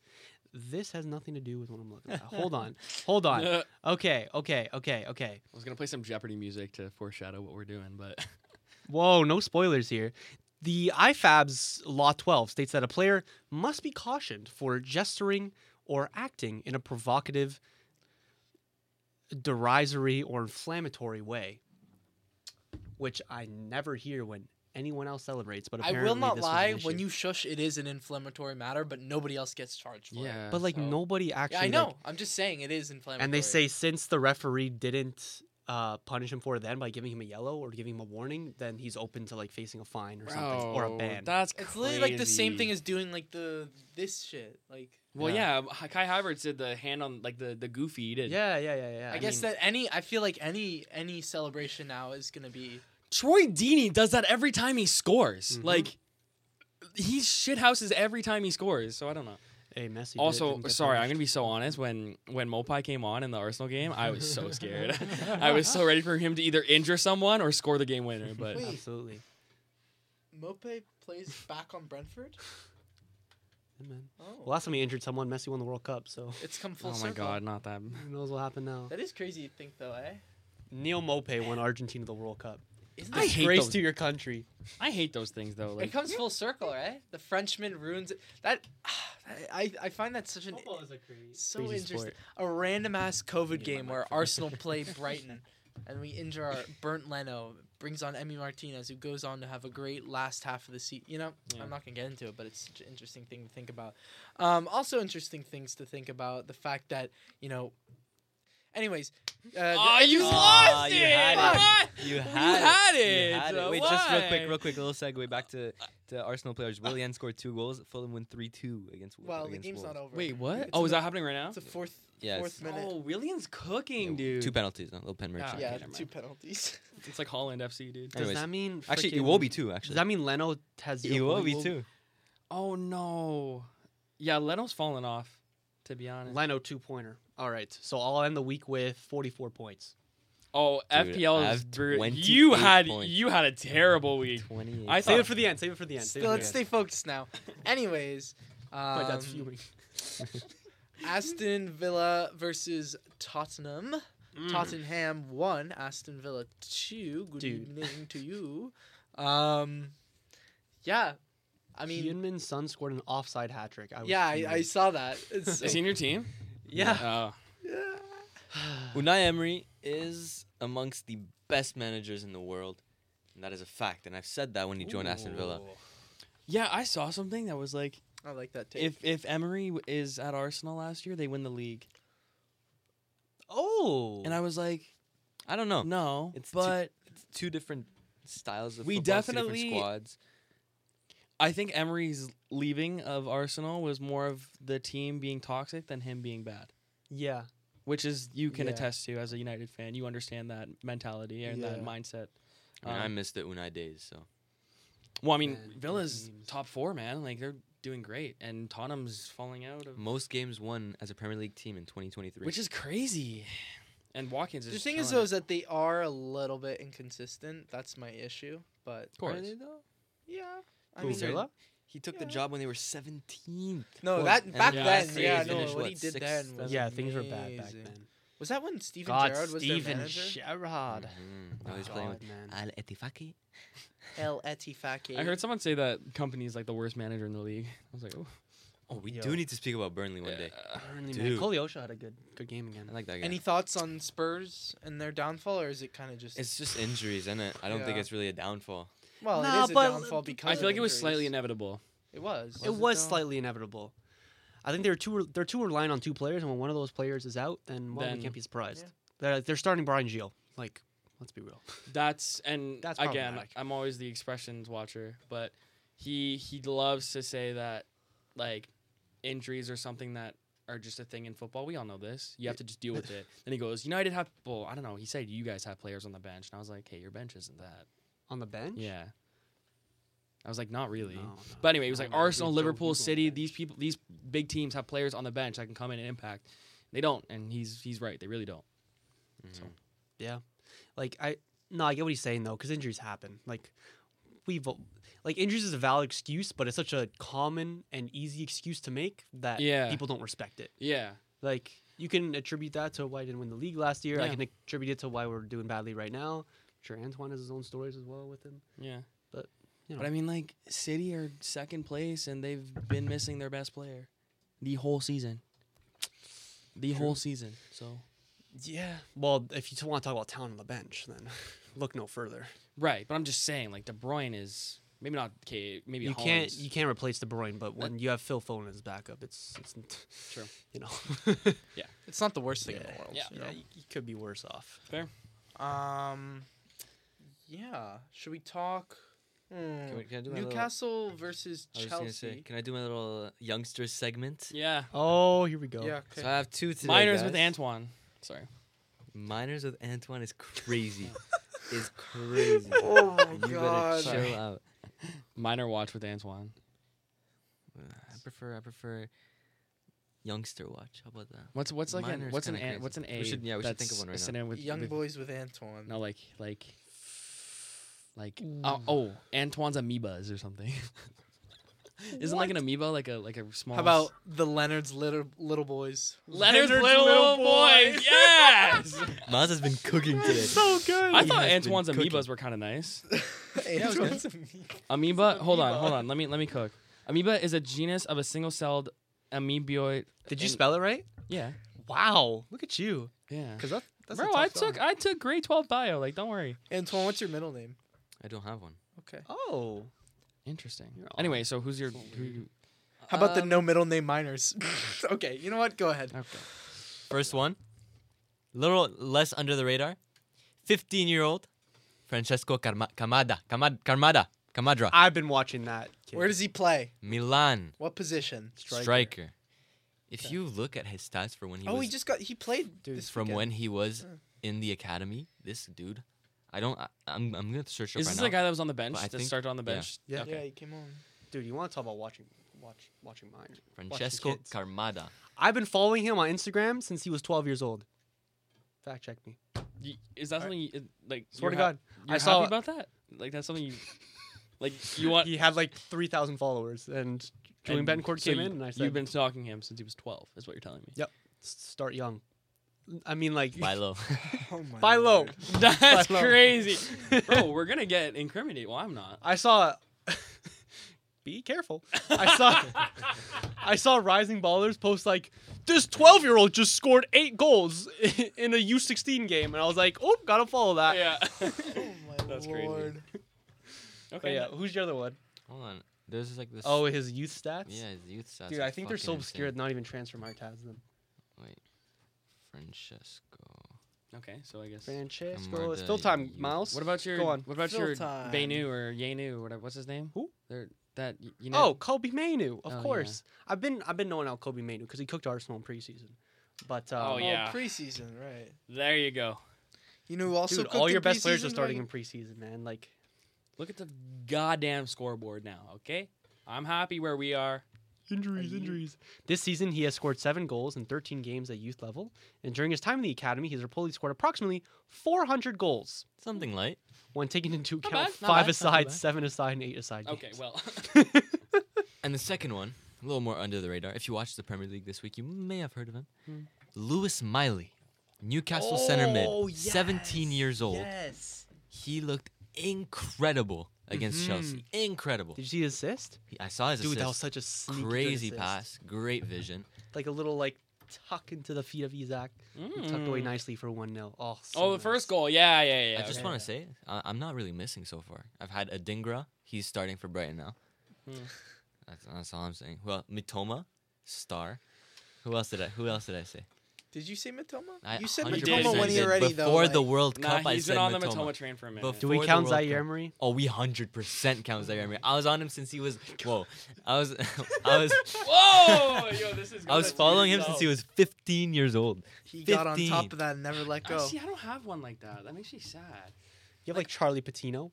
this has nothing to do with what I'm looking at. Hold on. Hold on.
I
Okay, okay, okay, okay.
was gonna play some Jeopardy music to foreshadow what we're doing, but
Whoa, no spoilers here. The IFAB's Law 12 states that a player must be cautioned for gesturing or acting in a provocative, derisory, or inflammatory way, which I never hear when anyone else celebrates. But
I
apparently
will not
this was an
lie.
issue.
When you shush, it is an inflammatory matter, but nobody else gets charged for it.
but like
so-
nobody actually,
Yeah, I
like-
know. I'm just saying it is inflammatory.
and they say since the referee didn't. Uh, punish him for it then by giving him a yellow or giving him a warning, then he's open to like facing a fine or something or a ban.
That's
it's literally like the same thing as doing like the this shit. Like
Well,
Yeah.
yeah. H- Kai Havertz did the hand on like the the goofy. He did.
Yeah, yeah, yeah, yeah.
I, guess that any I feel like any any celebration now is gonna be
Troy Deeney does that every time he scores.
Mhm.
Like he shithouses every time he scores. So I don't know.
Hey, Messi.
also, sorry, I'm gonna be so honest. When when Mopai came on in the Arsenal game, I was so scared. I was so ready for him to either injure someone or score the game winner. But
Wait.
Absolutely.
Mope plays back on Brentford.
Yeah, man.
Oh,
Well, last time he injured someone, Messi won the World Cup, so
it's come full
oh
circle.
my god, not that.
who knows what'll happen now.
that is crazy to think though, eh?
Neil Mopey won Argentina the World Cup.
Isn't
I
it,
hate
Disgrace
those.
to your country.
I hate those things though.
it
Like
comes full circle, right? The Frenchman ruins it. that. I I find that such an
is a crazy.
so
crazy
interesting.
sport.
A random ass COVID
Give me my
game where Arsenal play Brighton, and we injure our burnt Leno, brings on Emmy Martinez, who goes on to have a great last half of the season. You know,
Yeah.
I'm not gonna get into it, but it's such an interesting thing to think about. Um, also interesting things to think about the fact that you know. Anyways,
Aw,
uh, the-
Ah, you
Aw,
lost
you
it.
had it.
What?
You
had
You
it.
had
Uh,
Wait, just real
why?
quick, real quick, little segue back to, to Arsenal players. Willian scored two goals. Fulham won three two against. Wo-
Well, the
against
game's
Wolves.
not over.
Wait, what?
It's
oh,
in
is
the-
that happening right now?
It's a fourth,
Yeah,
fourth
it's-
minute.
Oh, William's
Yeah,
cooking,
w-
dude.
Two penalties, no, little pen merchant.
okay,
yeah,
never
two
mind.
penalties.
It's like Holland FC, dude.
Does
Anyways,
that mean
Actually,
freaking-
Iwobi too.
Does
Actually,
that mean Leno has zero?
Iwobi
points?
too.
Oh no. Yeah, Leno's fallen off, to be honest.
Leno two pointer. All right, so I'll end the week with 44 points.
oh,
Dude, I
FPL is
have
brutal. You
28
had
points.
you had a terrible week.
Twenty.
I
Save
thought-
it for the end. Save it for the end. Save it
Still,
for
let's
the
stay
end.
focused now. Anyways, um,
My dad's fuming.
Aston Villa versus Tottenham.
Hmm.
Tottenham one, Aston Villa two. Good
Dude.
evening to you. Um, yeah, I mean,
Hyunmin Sun scored an offside hat trick. I was
yeah, I, I
fuming.
saw that. It's
Is he in your team?
yeah.
Oh.
yeah.
Unai Emery is amongst the best managers in the world, and that is a fact. And I've said that when he joined Aston Villa.
Yeah, I saw something that was like
I like that take.
if if Emery w- is at Arsenal last year, they win the league.
Oh.
And I was like,
I don't know.
no.
Oh. It's too-
but
It's two different styles of
We
football, two different
definitely-
squads.
I think Emery's leaving of Arsenal was more of the team being toxic than him being bad.
yeah.
Which is you can
Yeah.
attest to as a United fan. You understand that mentality and that
Yeah.
mindset.
I mean, I
Um,
missed the Unai days, so
Well, I mean,
Man, these
Villa's
teams.
top four, man. Like they're doing great, and Tottenham's falling out of,
most games won as a Premier League team in 2023.
which is crazy. And Watkins is.
The thing
killing
is though
it.
is that they are a little bit inconsistent. That's my issue. But
of course.
Are they though?
yeah, I
Who,
mean,
Villa? He took the
Yeah.
job when they were 17th.
no,
Well,
that
and
back
yeah,
then,
that's
yeah,
crazy.
no,
Finished,
what
what,
he did
sixth,
then was
seventh?
yeah, things were bad back
amazing.
then.
Was that when Steven
God,
Gerrard was their
Steven
manager?
Gerrard.
Mhm. Now he's playing with
God, man.
Al Etifaki.
El Etifaki.
I heard someone say that company is like the worst manager in the league. I was like, oh,
Oh, we
Yo.
do need to speak about Burnley one day.
yeah.
Burnley, man.
Dude.
Cole Yosha had a good good game again.
I like that guy.
Any thoughts on Spurs and their downfall, or is it kind of just
It's just injuries, isn't it? I don't think
Yeah.
it's really a downfall.
well,
Nah,
it is a
but-
downfall because
I feel
of
like it was
injuries.
slightly inevitable.
It was.
it was
though?
slightly inevitable. I think they're too they're too reliant on two players, and when one of those players is out, then well,
Then-
we can't be surprised.
yeah.
They're they're starting Brian Gio. Like, let's be real.
That's and
That's
again,
problematic.
I'm always the expressions watcher, but he he loves to say that like injuries are something that are just a thing in football. We all know this. You have to just deal with it. Then he goes, United have well, I don't know. He said you guys have players on the bench, and I was like, hey, your bench isn't that.
On the bench.
Yeah. I was like, not really.
No, no,
But anyway, he was
no,
like
no, we
Arsenal,
throw people
Liverpool,
on the
City.
bench.
These people, these big teams have players on the bench that can come in and impact. They don't, and he's he's right. They really don't. So-
Mhm.
Like I no, I get what he's saying though, because injuries happen. Like we've like injuries is a valid excuse, but it's such a common and easy excuse to make that
Yeah.
people don't respect it.
Yeah,
Like you can attribute that to why I didn't win the league last year. I
Yeah.
can attribute it to why we're doing badly right now. I'm sure Antoine has his own stories as well with him.
yeah.
But, you
but
know.
I mean, like City are second place, and they've been missing their best player the whole season. The whole season. So
Yeah. Well, if you want to talk about talent on the bench, then look no further.
right, but I'm just saying, like De Bruyne is maybe not. Okay, maybe
you can't
Haaland's-
you can't replace De Bruyne, but when you have Phil Foden as backup, it's it's
True.
You know,
It's not the worst thing in the world.
Yeah.
you know?
you, you could be worse off.
Um, yeah. Should we talk?
Can,
Hmm,
we- can I do my little-
Newcastle versus
I was just gonna say,
Chelsea.
can I do my little uh, youngster segment?
Yeah,
Oh, here we go.
Yeah.
So
Okay.
I have two today.
minors with
guys.
Antoine. Sorry.
Minors with Antoine is crazy. is crazy.
oh my
you
god.
better chill out.
Minor watch with Antoine.
I prefer I prefer youngster watch. How about that?
What's what's like an
Minor's
what's an,
kinda
an
crazy.
what's an A?
We should- yeah, we should think of
that's
one right
a
now.
synonym with
Young
with-
boys with Antoine.
No, like like like uh, oh Antoine's amoebas or something. Isn't like an amoeba like a like a small?
How about the Leonard's little little boys?
Leonard's, little, boys? Yes.
Maz has been cooking today.
so good.
I thought
has been
Antoine's
cooking.
amoebas were kind of nice.
yeah,
was good. Amoeba. Hold on, hold on. Let me let me cook. Amoeba is a genus of a single-celled amoeboid.
Did you
and-
spell it right?
Yeah.
Wow, look at you.
Yeah.
Because that's that's a
Bro,
tough
I took
spelling.
I took grade twelve bio. Like, don't worry.
Antoine, what's your middle name?
I don't have one.
Okay.
Oh,
Interesting.
You're odd.
Anyway, so who's your who you,
How about the
Um,
no middle name minors? okay, you know what? Go ahead.
okay.
First one, little less under the radar. Fifteen-year-old Francesco Carma- Camada, Camad- Carmada, Camadra,
I've been watching that. Kid.
Where does he play?
Milan
What position?
striker. If you look at his stats for when he
oh,
was
he just got. He played
Dude,
this
from
weekend.
when he was
Mm.
in the academy, this dude, I don't. I, I'm I'm gonna search up
Is
right
this
now.
the guy that was on the bench?
But I
That
think-
started on the
yeah.
bench.
Yeah.
Okay.
Yeah, he came on.
Dude, you want to talk about watching watch watching mine?
Francesco
kids.
Carmada.
I've been following him on Instagram since he was 12 years old. Fact check me.
Y- Is that
Alright.
something you, it- like?
Swear
you're
to
ha-
God,
you're
I saw
happy about that. Like that's something you like. You want
he had like 3,000 followers, and Julian
and
Bencourt
so
came
you-
in, and I said,
"You've been stalking him since he was 12." Is what you're telling me.
Yeah. "S- "Start young." I mean, like,
By low.
Oh my.
Buy low.
lord.
That's
Hello.
crazy, bro. We're gonna get incriminated. Well, I'm not.
I saw. be careful. I saw. I saw Rising Ballers post like this 12 year old just scored eight goals in a U16 game, and I was like, oh, gotta follow that.
Yeah.
Oh my
That's crazy.
lord.
But
okay.
yeah, who's your other one?
Hold on. There's just like this.
Oh, his youth stats.
yeah, his youth stats.
Dude,
are
I think they're so
fucking
obscure,
insane.
not even transfer mark has them.
Francesco.
Okay. So I guess.
Francesco,
Amar
it's still
the
time,
youth-
Miles.
What about your?
Go on.
What about
Fill
your
time.
Bainu or Yanu? Whatever. What's his name?
Who?
They're, that y- you
Oh,
know.
Kobe Mainu, of
Oh, yeah.
course. I've been I've been knowing out Kobe Mainu because he cooked Arsenal in preseason. But um,
Oh, yeah.
Preseason, right?
There you go.
You know who also
Dude,
cooked
all
in
your best players
preseason,
are starting in
Ryan?
preseason, man. Like,
Look at the goddamn scoreboard now, okay? I'm happy where we are.
Injuries,
Are you-
injuries. This season, he has scored seven goals in 13 games at youth level, and during his time in the academy, he's reportedly scored approximately 400 goals
Something light.
when taking into
Not
account
bad, not bad,
five
not
aside,
bad.
seven aside, and eight aside.
Okay, well,
well.
And the second one, a little more under the radar. If you watched the Premier League this week, you may have heard of him.
Hmm.
Lewis Miley, Newcastle center mid,
Oh,
17
yes,
years old.
Yes.
He looked incredible against
Mhm.
Chelsea. Incredible.
Did you see his assist?
He- I saw his
Dude, that was
assist.
such a sneaky good
crazy
assist.
pass, great vision.
Like a little like tuck into the feet of Izak, and tucked away
Mm.
Hmm.
nicely for one 0 Oh, so
Oh, the
nice.
first goal. Yeah, yeah, yeah.
I just
okay.
want to say, I I'm not really missing so far. I've had Adingra. He's starting for Brighton now.
Hmm.
That's, that's all I'm saying. Well, Mitoma, star. Who else did I? Who else did I say?
Did you say Matoma?
I
you said
100%
Matoma when
did.
you're ready,
Before
though.
the
like-
World
Nah,
Cup, I
he's
said
been on the
Matoma.
Matoma train for a minute.
Bef-
Do we
for the
count
World Cup.
Zaire Emery?
Oh, we hundred percent count Zaire
Hmm.
Emery. I was on him since he was whoa. I was I was
Whoa, yo, this is.
I was
gonna
following
be
him since he
so-
was fifteen years old.
he got on top
15.
of that and never let
Ah,
go.
See, I don't have one like that. That makes me sad.
You have like Charlie Patino.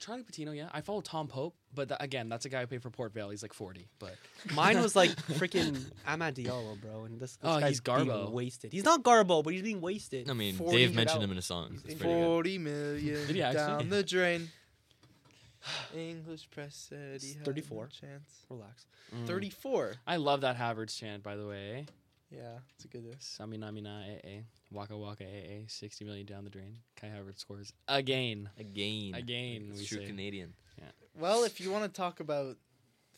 Charlie Patino, yeah. I follow Tom Pope, but tha- again, that's a guy who played for Port Vale. He's like 40, but
Mine was like freaking Ahmad Diallo, bro, and this, this
Oh,
guy's
he's Garbo.
being wasted. He's not Garbo, but he's being wasted.
I mean,
40
Dave
it
mentioned
out.
him in a song. It's pretty good.
Forty million
Did he actually?
down the drain. English press said he
It's
had no
34.
chance.
Relax.
Mm. Thirty-four.
I love that Havertz chant, by the way.
Yeah, it's a good. list.
Saminamina AA, eh, Waka Waka AA, 60 million down the drain. Kai Havertz scores again.
Again.
Again,
It's
we
true
say.
Canadian.
Well, if you want to talk about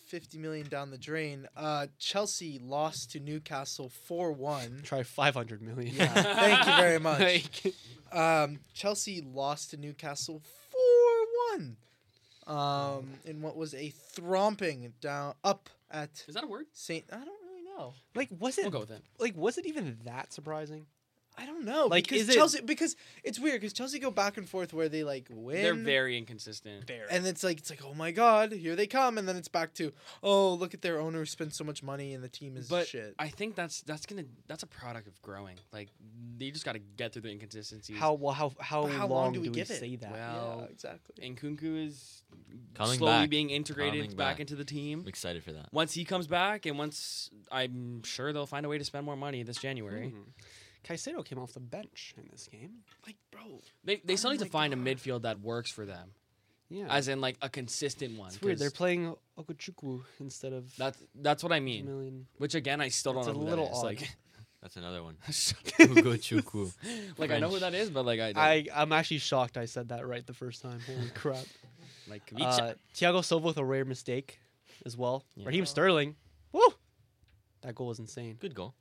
fifty million down the drain, uh, Chelsea lost to Newcastle four-one.
Try 500 million.
Yeah, thank you very much. Um, Chelsea lost to Newcastle four one. Um, in what was a thromping down up at
Is that a word?
Saint. I don't really know.
Like was
We'll
it
go with that.
like was it even that surprising?
I don't know.
Like,
because
is it-
Chelsea? Because it's weird because Chelsea go back and forth where they like win.
They're very inconsistent.
Fair.
and it's like it's like oh my god here they come and then it's back to oh look at their owner who spent so much money and the team is
But
shit.
I think that's that's gonna that's a product of growing. Like you just gotta get through the inconsistencies.
how well how how,
But
long, do we,
give it?
say that?
Well-
yeah,
Al-
exactly.
and Kunku is
Coming
slowly
back.
being integrated
Coming
back
back.
into the
I'm
team.
excited for that.
Once he comes back, and once I'm sure they'll find a way to spend more money this January.
Mhm. Caicedo came off the bench in this game.
Like bro,
They, they still
Oh
need to
my
find a
God.
midfield that works for them,
Yeah.
as in like a consistent one.
it's weird. They're
'cause
playing Okuchukwu instead of
that's that's what I mean.
Million.
Which again, I still don't
It's
know.
a
who that
little
is.
odd.
That's another one.
Like,
Ugochukwu.
like I know who that is, but like I, don't.
I I'm actually shocked I said that right the first time. Holy crap.
like
Uh, Thiago Silva with a rare mistake as well.
Yeah.
Raheem Sterling. Woo! That goal was insane.
Good goal.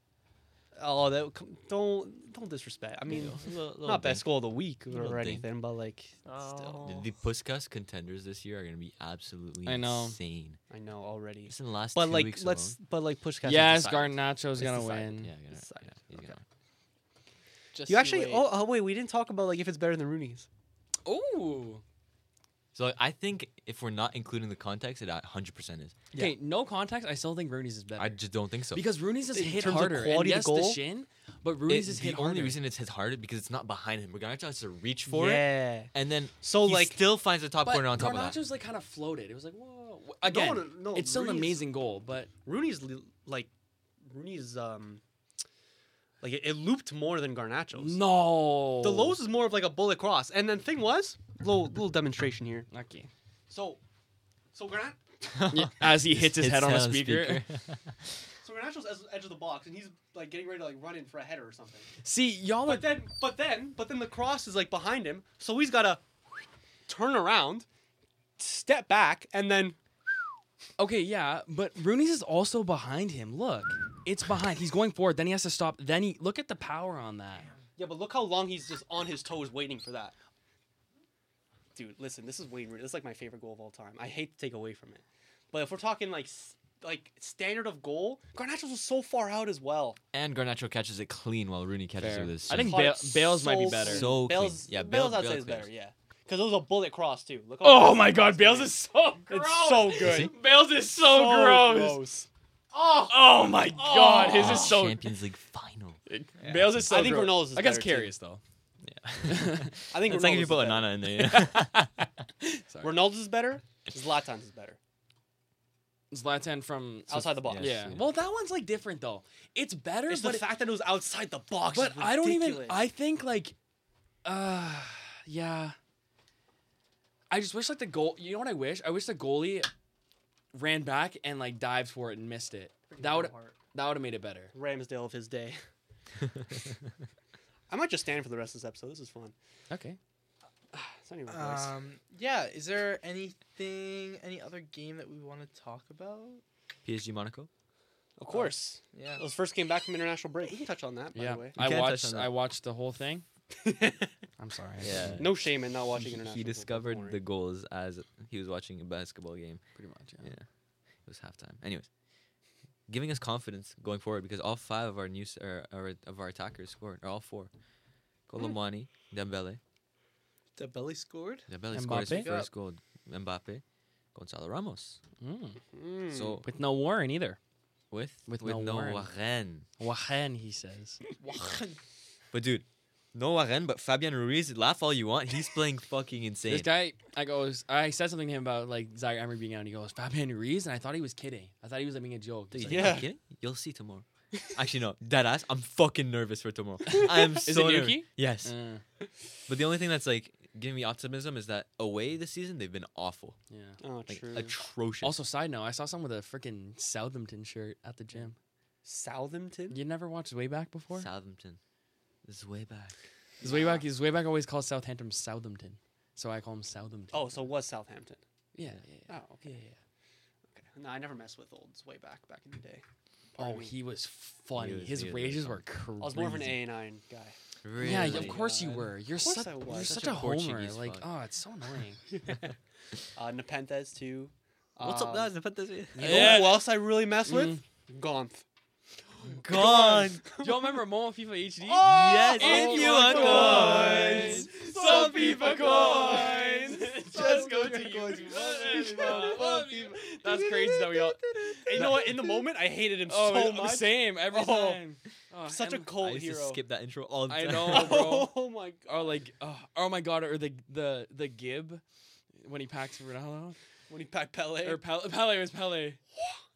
Oh, that come- don't don't disrespect. I mean, not best goal of the week or,
Little
or
dink.
anything, but like
Oh.
still,
The Puskas contenders this year are going to be absolutely
I know.
insane.
I know already.
Just in the last
But
two
like,
weeks
let's but like push. Casillas
yes,
aside.
Garnacho's
It's
gonna
decided.
win.
alone. Yeah, gonna,
It's
yeah,
decided.
he's
Okay.
gonna-
just
You actually.
wait.
Oh, oh wait, we didn't talk about like if it's better than Rooney's.
Ooh.
So I think if we're not including the context, it 100% is.
Yeah.
Okay, no context. I still think Rooney's is better
I just don't think so.
because Rooney's is
In
hit
terms of
harder. and
quality of
yes,
goal,
the shin, but
It-
Rooney's is
the
hit
only
harder.
reason it's his harder because it's not behind him. Garnacho has to reach for it,
yeah.
and then
So
he
like,
still finds the top
but
corner on top of that.
Garnacho's like kind of floated. It was like whoa. Again,
no, no,
it's still an
Rooney's-
amazing goal, but
Rooney's li- like Rooney's um like it, it looped more than Garnacho's.
no.
The Lowe's is more of like a bullet cross. And then thing was, little little demonstration here.
Okay.
So so Garnat
As he hits his
Hits
head on a
the
speaker.
so Garnacho's ed- edge of the box and he's like getting ready to like run in for a header or something.
See, y'all are
But then but then but then the cross is like behind him, so he's gotta turn around, step back, and then
Okay, yeah, but Rooney's is also behind him. Look, it's behind. He's going forward. Then he has to stop. Then he look at the power on that.
Yeah, but look how long he's just on his toes waiting for that. Dude, listen, this is Wayne Rooney. This is like my favorite goal of all time. I hate to take away from it, but if we're talking like s- like standard of goal, Garnacho's was so far out as well.
and Garnacho catches it clean while Rooney catches
Fair.
it with his.
I think
shin.
Caught
Ba-
it
Bales might be better.
So clean.
Bales,
Yeah,
Bales,
Bale-
I'd say
Bale
is
clears.
better. Yeah, because it was a bullet cross too. Look. how
Oh
close
my
it
God,
was,
Bales
man.
is so gross.
it's so good.
Is
Bales is so, gross.
Oh,
Oh my God, his
Oh,
is so.
Champions League final.
Bales is so.
I think
gross.
Ronaldo's is
I guess
better, too.
Karius though.
Yeah,
I think
it's like if
Ronaldo's
you
is
put
better.
Onana in there.
Sorry.
Ronaldo's is better. Zlatan's is better.
Zlatan from
Outside the box.
yeah.
Yeah. Well, that one's like different though. It's better,
It's the
but it-
fact that it was outside the box.
but
is
I don't even.
ridiculous.
I think like, uh, yeah. I just wish like the goal. You know what I wish? I wish the goalie ran back and like dived for it and missed it. That would that would have made it better.
Ramsdale of his day. I might just stand for the rest of this episode. This is fun.
Okay.
It's not even my voice.
Um, yeah, is there anything, any other game that we want to talk about?
PSG Monaco.
of course.
Yeah.
I was first came back from international break. We can touch on that, by
Yeah.
the way.
You
I
can't touch
watched.
on that.
I watched the whole thing. I'm sorry.
Yeah.
No shame in not watching
He-
international.
he
football,
discovered
don't worry.
the goals as he was watching a basketball game.
Pretty much. Yeah.
Yeah. It was halftime. Anyways, giving us confidence going forward because all five of our new s- or, or of our attackers scored, or all four. Colomani, Dembele,
The belly scored.
Dembele scored his
Mbappe?
first goal. Mbappe, Gonzalo Ramos.
Mm.
Mm.
So
With no Warren either.
with
With
with, no,
no Warren.
Warren.
Wahen, he says.
But dude, no Warren, but Fabian Ruiz. Laugh all you want. He's playing fucking insane.
This guy, I goes, I said something to him about like Zaire Emery being out, and he goes, Fabian Ruiz, and I thought he was kidding. I thought he was like, making a joke. He's
Dude,
like,
you
Yeah.
fucking kidding? You'll see tomorrow. Actually, no, dead ass. I'm fucking nervous for tomorrow. I am so
Is it
nervous.
Yuki?
Yes,
Uh,
but the only thing that's like giving me optimism is that away this season they've been awful,
yeah.
oh,
like
true.
atrocious.
Also, side note, I saw someone with a freaking Southampton shirt at the gym.
Southampton.
You never watched Wayback before?
Southampton, this is way back.
Is Wayback is Wayback always calls Southampton Southampton, so I call him Southampton.
Oh, so it was Southampton.
yeah, yeah, yeah.
Oh, okay.
yeah,
Okay. No, I never messed with olds way back back in the day.
yeah.
Pardon
Oh,
me.
he was funny.
was-
His
he was really
rages
fun.
were crazy.
I was more of an A and I guy.
Really?
Yeah, of course you
God.
were. You're
Of course
such
I was.
you're
Such
such
a
a homer.
Portuguese
Like,
fuck.
oh, it's so annoying.
Uh, Nepenthes too.
What's up,
Um,
guys? I put this.
You know who else I really mess with? Gonth.
Gone.
Y'all remember Momo FIFA HD?
Yes,
Oh
if you
my
want
God.
coins.
Some FIFA coins. Just go to That's crazy that we all.
You know what? In the moment, I hated him
Oh,
so
I'm
much.
same every
Oh.
time. Oh,
Such a
and-
I
cult
used
hero.
to skip that intro all the
I
time. Mm.
know, bro.
oh my god.
Or like, oh, oh my god, or the the the Gib when he packs Ronaldo
When he packed Pele.
or Pele. Pele was Pele.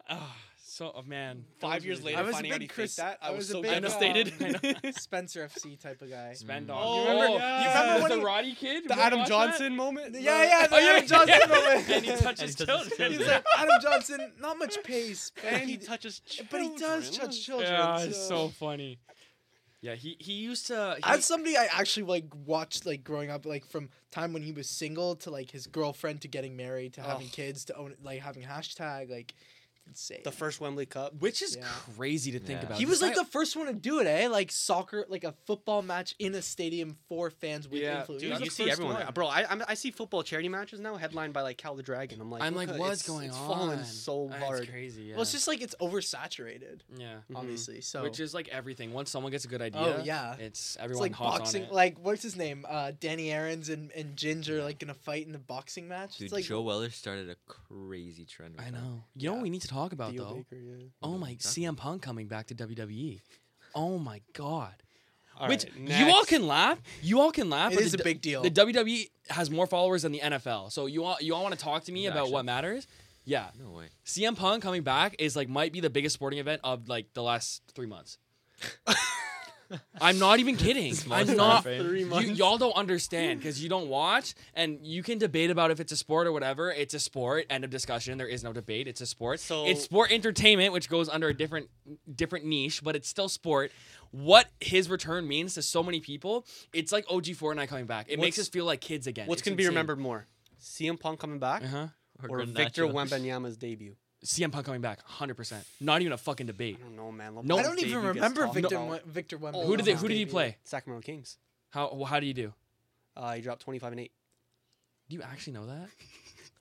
Oh, so oh, man,
Five years later,
I was a
finding out
big
he
Chris-
faked that, I,
I
was,
was a
so
big, um,
devastated.
Spencer FC type of guy.
Spend
Mm.
on.
Oh,
you remember?
yeah.
You remember
Remember
the
when
Roddy kid?
the
Remember
Adam
watching that?
Johnson moment.
Yeah, yeah, the
Oh, yeah,
Adam Johnson moment.
and he touches
And he touches
children.
children.
He's like Adam Johnson, not much pace, but
And he
he,
touches children.
but he does touch children.
Yeah, it's so funny. Yeah, he he used to. He,
That's somebody I actually like watched like growing up, like from time when he was single to like his girlfriend to getting married to having
Ugh.
kids to own like having hashtag like insane.
The first Wembley Cup.
which is
Yeah.
crazy to think
Yeah.
about.
he
This
was like
guy-
the first one to do it, eh? Like soccer, like a football match in a stadium for fans with
Yeah,
influence.
dude,
He was
you
the
see
first
everyone- uh,
one.
bro. I I'm, I see football charity matches now headlined by like Cal the Dragon. I'm like,
I'm like,
okay,
what's
it's-
going
it's
on?
falling so
Ah, it's
hard.
crazy. Yeah.
Well, it's just like it's oversaturated,
yeah.
Mhm.
obviously. So
Mm-hmm. Which is like everything. Once someone gets a good idea,
Oh, yeah.
it's
it's
everyone
like
hops
boxing.
on it.
Like what's his name? Uh, Danny Aaron's and, and Ginger like gonna fight in the boxing match.
Dude,
it's like
Joe Weller started a crazy trend. With
I
that.
know. You know what we need to talk about
Theo
though.
Baker, yeah.
Oh my,
Huh?
CM Punk coming back to WWE. Oh my God.
All
Which
right,
you all
next.
can laugh. You all can laugh.
it
but
is
the
a
d-
big deal.
The WWE has more followers than the NFL. So you all you all want to talk to me
Is it
about
actually?
what matters? Yeah.
No way.
CM Punk coming back is like might be the biggest sporting event of like the last three months. I'm not even kidding.
smallest
I'm
time
not.
frame.
Three
You,
months.
y'all don't understand because you don't watch, and you can debate about if it's a sport or whatever. It's a sport. End of discussion. There is no debate. It's a sport.
So-
it's sport entertainment, which goes under a different different niche, but it's still sport. What his return means to so many people, it's like OG Fortnite coming back. It makes
What's-
us feel like kids again.
What's
It's
going to be
insane.
remembered more? CM Punk coming back
Uh-huh.
or
Garnacho.
Victor Wembanyama's debut?
CM Punk coming back, hundred percent. Not even a fucking debate.
I don't know, man.
No.
I
LeBron's
don't even
debut gets
remember
talked
Victor
about.
Wem- Victor Wembanyama.
Who did they- who did he
Debut.
play?
Sacramento Kings.
How well, how do you do?
Uh, he dropped 25 and 8.
Do you actually know that?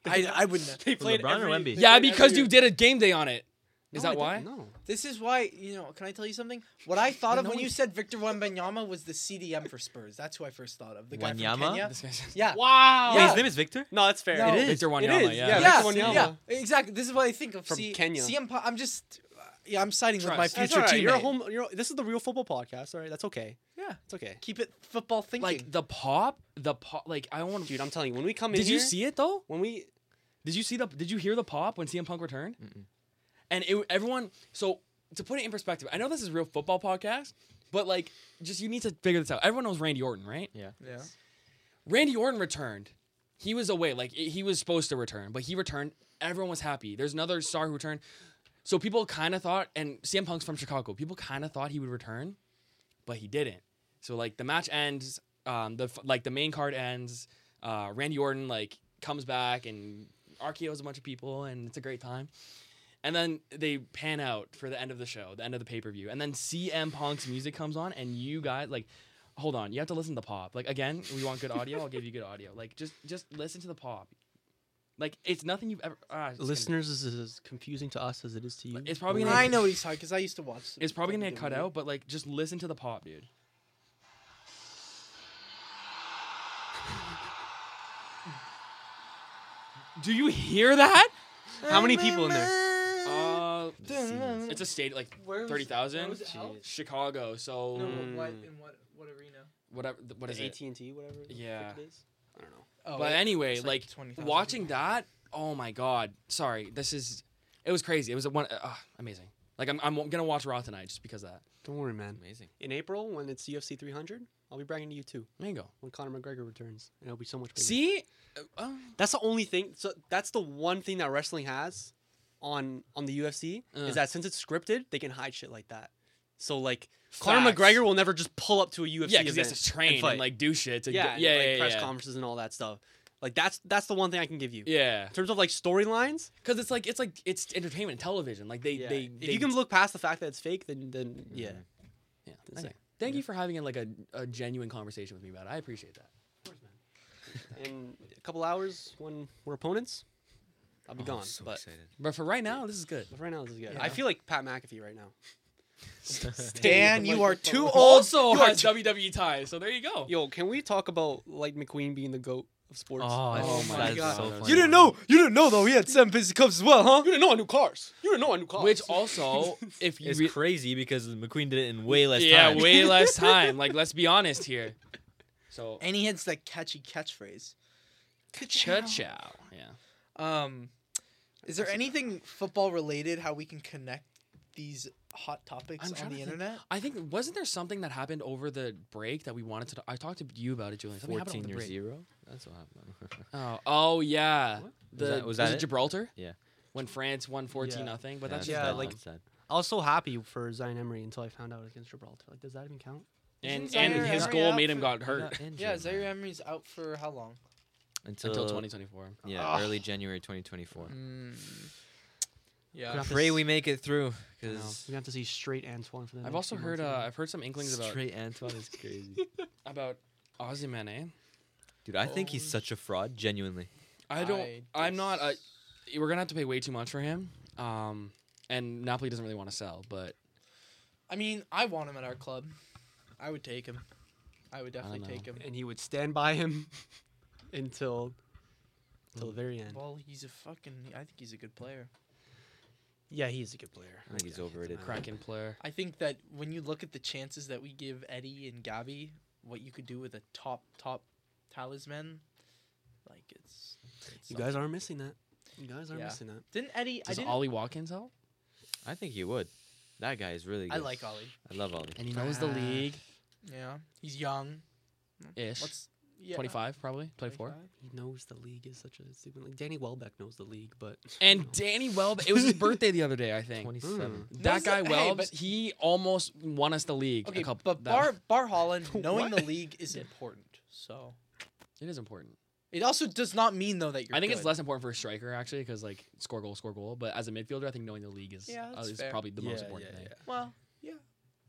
I, I wouldn't.
They
played LeBron or every- Wemby? they
yeah, because you did a game day on it. Is that why?
No.
This is why you know. Can I tell you something? What I thought of
No
when
one-
you said Victor Wembanyama was the CDM for Spurs. That's who I first thought of. The guy from
Wanyama?
Kenya.
This guy's-
Yeah.
Wow.
Wait,
Yeah.
his name is Victor.
No, that's fair.
No. It
Victor Wanyama,
is,
yeah.
yeah.
Yeah,
Victor
yeah,
Wanyama.
exactly. This is what I think of
From
C-
Kenya.
CM Punk. I'm just. uh, yeah, I'm siding with my
Trust.
That's
future
all right,
teammate.
You're a home. You're this is the real football podcast. All right, that's okay.
Yeah.
it's okay.
Keep it football thinking.
Like the pop, the pop. Like I want to.
Dude, I'm telling you, when we come in,
Did you
here-
see it though?
when we?
Did you see the? Did you hear the pop when CM Punk returned?
Mm-mm.
And it, everyone. So to put it in perspective, I know this is real football podcast, but like, just you need to figure this out. Everyone knows Randy Orton, right?
yeah.
Randy Orton returned. He was away. Like i- he was supposed to return, but he returned. Everyone was happy. There's another star who returned. So people kind of thought, and CM Punk's from Chicago. People kind of thought he would return, but he didn't. So like the match ends. Um, the f- like the main card ends. Uh, Randy Orton like comes back and RKO's a bunch of people, and it's a great time. And then they pan out for the end of the show, the end of the pay per view, and then CM Punk's music comes on, and you guys like hold on you have to listen to the pop like again we want good audio i'll give you good audio like just just listen to the pop like it's nothing you've ever ah, it's gonna-
Listeners is as confusing to us as it is to you.
It's probably gonna-
I know what he's talking because I used to watch. E.
it's probably gonna get cut out but like just listen to the pop dude do you hear that
How many people in there?
uh it's a state like 30000 chicago so
No,
Mm.
what in what what arena?
whatever what is it
AT and T, whatever. the frick
Yeah.
it is. I don't know.
Oh,
but anyway,
it's like
like,
20,000
watching that, oh my god! Sorry, this is it was crazy. It was a one uh, amazing. Like I'm, I'm gonna watch Raw tonight just because of that.
Don't worry, man.
Amazing.
In April, when it's UFC 300, I'll be bragging to you too.
Mango.
When Conor McGregor returns, and it'll be so much. Bigger.
See, Uh, uh,
that's the only thing. So that's the one thing that wrestling has on on the UFC
Uh.
is that since it's scripted, they can hide shit like that. So like Conor
Facts.
McGregor will never just pull up to a UFC
yeah,
event
because he has to train and,
fight.
like do shit. To
yeah,
get,
and,
yeah,
like,
yeah,
press
yeah,
conferences and all that stuff. Like that's that's the one thing I can give you
yeah.
in terms of like storylines.
Because it's like it's like it's entertainment and television. Like they
yeah.
they,
if
they-
you can look past the fact that it's fake, then then
yeah.
yeah. it's
okay.
like-
Thank you for having like a, a genuine conversation with me about it. I appreciate that.
In a couple hours when we're opponents, I'll be
Oh,
gone.
I'm so
but,
excited.
But for right now, this is good.
but right now this is good.
Yeah.
I feel like Pat McAfee right now.
Dan,
Like,
you are too old.
Also
Oh, you are
has
too-
WWE ties, so there you go.
Yo, can we talk about Light McQueen being the goat of sports?
I
Oh
think
my
that's
God.
so
You
funny.
You didn't know. You didn't know though. He had seven busy cups as well, huh?
You didn't know I knew cars. You didn't know I knew cars.
Which also, if you
It's
re-
crazy because McQueen did it in way less
yeah,
time.
way less time. Like, let's be honest here. So,
And he hits that catchy catchphrase.
cha chow. Yeah.
Um, is there anything football related how we can connect these hot topics
I'm
on
trying
the
to think.
internet?
I think, wasn't there something that happened over the break that we wanted to I talked to you about it, Julian. Something happened
14
over the
years
break.
zero. That's what happened.
Oh, oh, yeah. The,
that- was that
it
it?
Gibraltar?
Yeah.
When France won 14 nothing, but that's
Yeah,
just
yeah,
that
like-
one.
sad.
I was so happy for Zion Emery until I found out against Gibraltar. Like, does that even count?
and
Isn't
and
Zaire
his
already
goal
out
made him
for-
got
He
hurt
got injured,
Yeah,
man.
Zaire Emery's out for how long?
until,
until 2024.
Yeah,
Ugh.
early January
Mm.
2024.
Hmm. Yeah.
Crap.
Pray we make it through
You know,
because
we have to see straight Antoine for the.
I've
next
also
few
heard
months
uh,
again.
I've heard some inklings about
straight Antoine is crazy.
about eh? Ozyman.
Dude, I think he's
Oh,
such a fraud. Genuinely,
I don't
I
I'm not a we're gonna have to pay way too much for him. Um, and Napoli doesn't really want to sell, but
I mean, I want him at our club. I would take him. I would definitely
know.
take him.
and he would stand by him until until the very end.
Mm. Well, he's a fucking. I think he's a good player.
Yeah, he's a good player.
I think he's overrated.
Kraken player.
I think that when you look at the chances that we give Eddie and Gabby, what you could do with a top top talisman, like it's. it's
You
something.
guys are missing that. You guys are
Yeah.
missing that.
didn't Eddie? I
Does
didn't.
Ollie Watkins help?
I think he would. That guy is really good.
I like Ollie.
I love Ollie.
And he knows the
Ah.
league
Yeah, he's young.
ish.
What's yeah,
25 probably, 24.
25?
He knows the league is such a stupid. Like Danny Welbeck knows the league, but
And Danny Welb, it was his birthday the other day, I think.
Hmm.
27.
That
Knows the-
guy
hey,
Welbs,
but-
he almost won us the league.
Okay,
a couple,
but
that-
Bar Bar Holland knowing
What?
the league is important. So
it is important.
it also does not mean though that you're.
I think it's
good.
less important for a striker actually, because like score goal, score goal. But as a midfielder, I think knowing the league is
Yeah,
uh,
that's
is
fair.
probably the most important thing.
Well, yeah,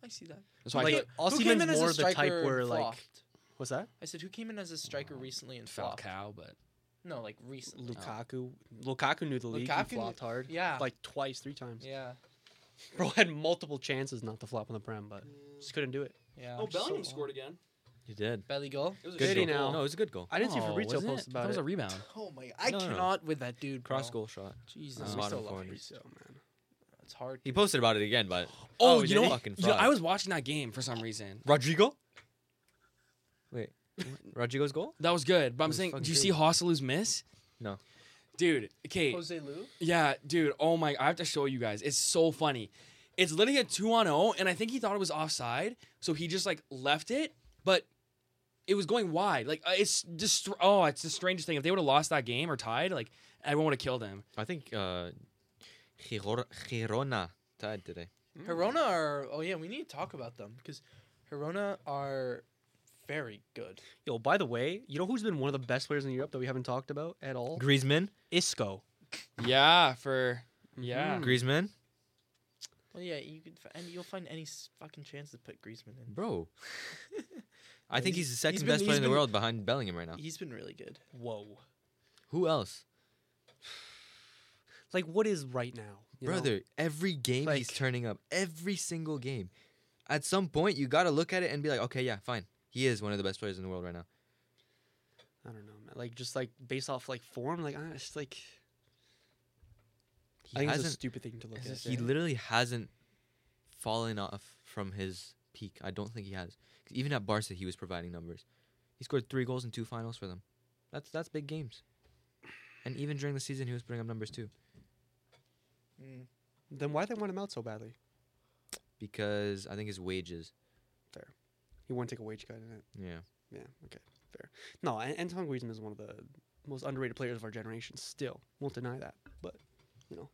I see that.
That's why I
like
feel
Who
Osimhen's
came in as
more
a
of the
striker?
type where
and
like
flopped?
what's that?
I said, who came in as a striker recently and
like
flopped?
Falcao, but
No, like recently.
Lukaku. Lukaku knew the league.
Oh. Lukaku
he
knew-
flopped hard.
Yeah.
like twice, three times.
yeah.
Bro had multiple chances not to flop on the prem, but just couldn't do it.
Yeah. So-
again.
You did.
Belly goal.
It was
Good goal. now.
No, it was a good goal.
I didn't see
No,
Fabrizio
wasn't
post
Oh, it?
about
That was
Oh, it.
a rebound.
Oh my! I
No, no, no.
cannot with that dude.
Cross
bro.
goal shot.
Jesus,
Uh,
we
bottom
still love
corner.
Fabrizio.
man.
It's hard.
He posted about it again, but
Oh,
Oh,
you
yeah,
know,
they-
what?
fucking
You know,
fraud.
I was watching that game for some reason.
Rodrigo. Wait, Rodrigo's goal?
That was good, but I'm
was
saying,
fucking
do you see Hosselu's miss?
No.
Dude, okay,
Jose Lu.
yeah, dude. Oh my, I have to show you guys. It's so funny. It's literally a two on zero, and I think he thought it was offside, so he just like left it, but it was going wide. Like uh, it's just str- oh, it's the strangest thing. If they would have lost that game or tied, like everyone would have killed him.
I think uh, Girona, Girona tied today.
Hirona are. Oh yeah, we need to talk about them because Hirona are very good.
Yo, by the way, you know who's been one of the best players in Europe that we haven't talked about at all?
Griezmann.
Isco.
Yeah, for yeah.
Griezmann.
Well, yeah, you could fi- and you'll find any s- fucking chance to put Griezmann in.
Bro. I think
He's-
he's, the second
he's been-
best player
he's
in the
been-
world behind Bellingham right now.
He's been really good.
Whoa.
Who else?
Like, what is right now? you know?
Brother, every game
Like-
he's turning up. Every single game. At some point you gotta look at it and be like, okay, yeah, fine. He is one of the best players in the world right now.
I don't know, man. Like, just like based off like form, like I just like
He
I think it's a
hasn't
stupid thing to look
It's
at.
just-
he
Yeah.
literally hasn't fallen off from his peak. I don't think he has. 'Cause even at Barca he was providing numbers. He scored three goals in two finals for them. That's that's big games. And even during the season he was putting up numbers too.
Mm.
Then why they want him out so badly?
Because I think his wages.
He won't take a wage cut in it.
Yeah.
Yeah, okay, fair. No, An- Antoine Griezmann is one of the most underrated players of our generation. Still, won't deny that. But you know,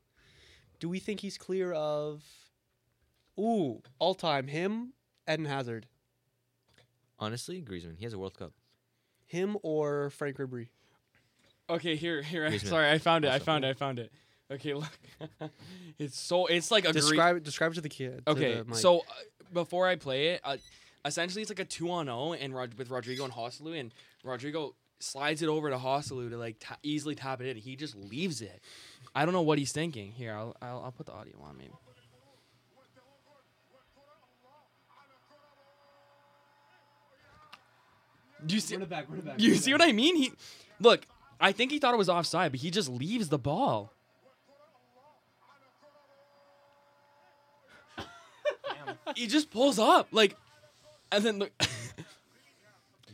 do we think he's clear of? Ooh, all time him, Eden Hazard,
Honestly, Griezmann, he has a World Cup.
him or Frank Ribery.
Okay, here, here. I,
Griezmann.
sorry, I found it. I
Also.
found it. I found it. Okay, look. it's so. It's like a Greek.
Describe describe it to the kid. to
Okay,
the mic.
so uh, before I play it, uh, essentially it's like a two on zero, and Rod- with Rodrigo and Hoslu, and Rodrigo slides it over to Hoslu to like ta- easily tap it in. He just leaves it. I don't know what he's thinking. Here, I'll I'll, I'll put the audio on maybe. Do you see?
Run it back, run it back,
You
run it
see
back.
what I mean? He, look, I think he thought it was offside, but he just leaves the ball. he just pulls up like, and then look,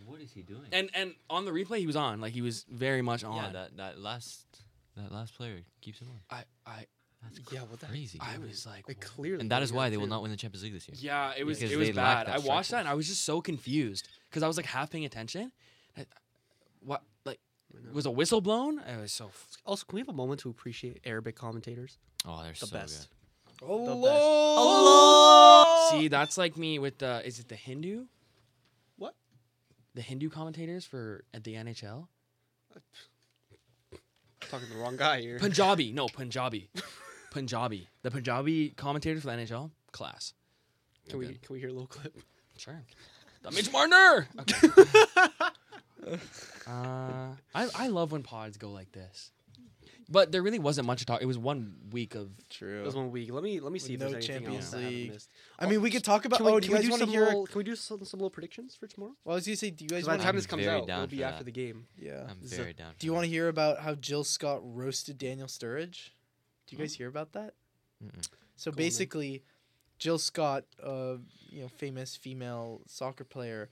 What is he doing?
and and on the replay he was on, like he was very much on.
Yeah, that, that last that last player keeps him on.
I I
That's
Yeah, well, that-
crazy.
I was like,
Like,
"Wha-"
clearly,
and that is
yeah,
why they will
too.
not win the Champions League this year.
yeah, it was
Because
it was
they lack
bad.
that
I watched
strike
that and I was just so confused because I was like half paying attention. I- what like was a whistle blown? I was so f-
Also, can we have a moment to appreciate Arabic commentators?
Oh, they're
The
so
best.
Oh,
The best.
See, that's like me with the is it the Hindu?
What?
The Hindu commentators for at the NHL?
Talking to the wrong guy here.
Punjabi. No, Punjabi. Punjabi. The Punjabi commentators for the NHL? Class.
Can we can we hear a little clip?
Sure. The Mitch Marner. Okay. uh, I, I love when pods go like this. But there really wasn't much to talk. It was one week of
That
True.
was one week. Let me let me see if
no
there's anything
Champions
else that I haven't
League.
missed.
I mean, we could talk about.
Can we,
oh, do you
can we
guys
do
want to
some
hear?
little, Can we do some, some little predictions for tomorrow?
Well, I was gonna say, do you guys
Because by
want
the
wanna-
time
I'm
this comes
very
out,
down
it'll be
for
after
that.
the game.
Yeah.
I'm
Uh, Is
very
that-
down.
Do you want to hear about how Jill Scott roasted Daniel Sturridge? Do you guys hear about that?
Mm-mm.
So
Go on then.
basically, Jill Scott, uh, you know, famous female soccer player,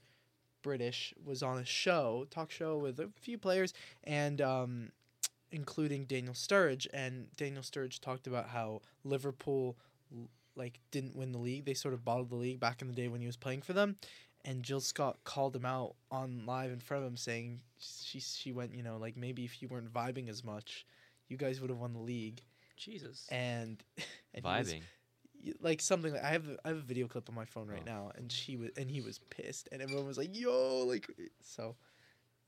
British, was on a show, talk show with a few players, and um, including Daniel Sturridge. And Daniel Sturridge talked about how Liverpool, l- like, didn't win the league. They sort of bottled the league back in the day when he was playing for them. And Jill Scott called him out on live in front of him, saying she she went, you know, like maybe if you weren't vibing as much, you guys would have won the league.
Jesus.
And, and he was
Vibing.
y- like something like I have a, I have a video clip on my phone right
Oh.
now, and she was and he was pissed, and everyone was like, "Yo, like," eh, so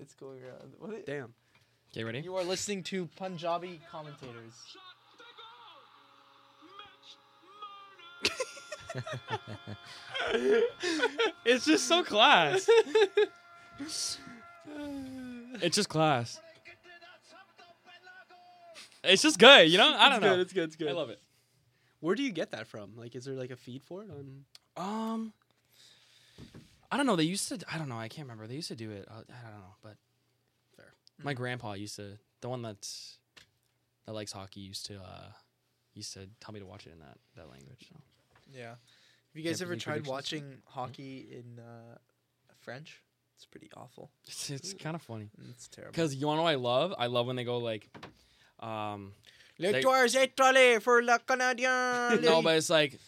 it's going around. What it,
Damn.
Okay, ready?
you are listening to Punjabi commentators.
It's just so class. it's just class. It's just good, you know? I don't know.
good. It's good.
I love it.
Where do you get that from? Like, is there like a feed for it on?
Um, I don't know. They used to. I don't know. I can't remember. They used to do it. uh, I, I don't know, but
Fair.
My grandpa used to. The one that's that likes hockey used to uh, he said, "Tell me to watch it in that that language." So.
Yeah. Have you guys
Yeah,
ever
any
tried
predictions? Hmm?
watching hockey in uh, French? It's pretty awful.
It's, it's kind of funny
It's terrible.
because you want to know what I love. I love when they go like, um,
Victoires étoilées for le Canadien.
no, but it's like,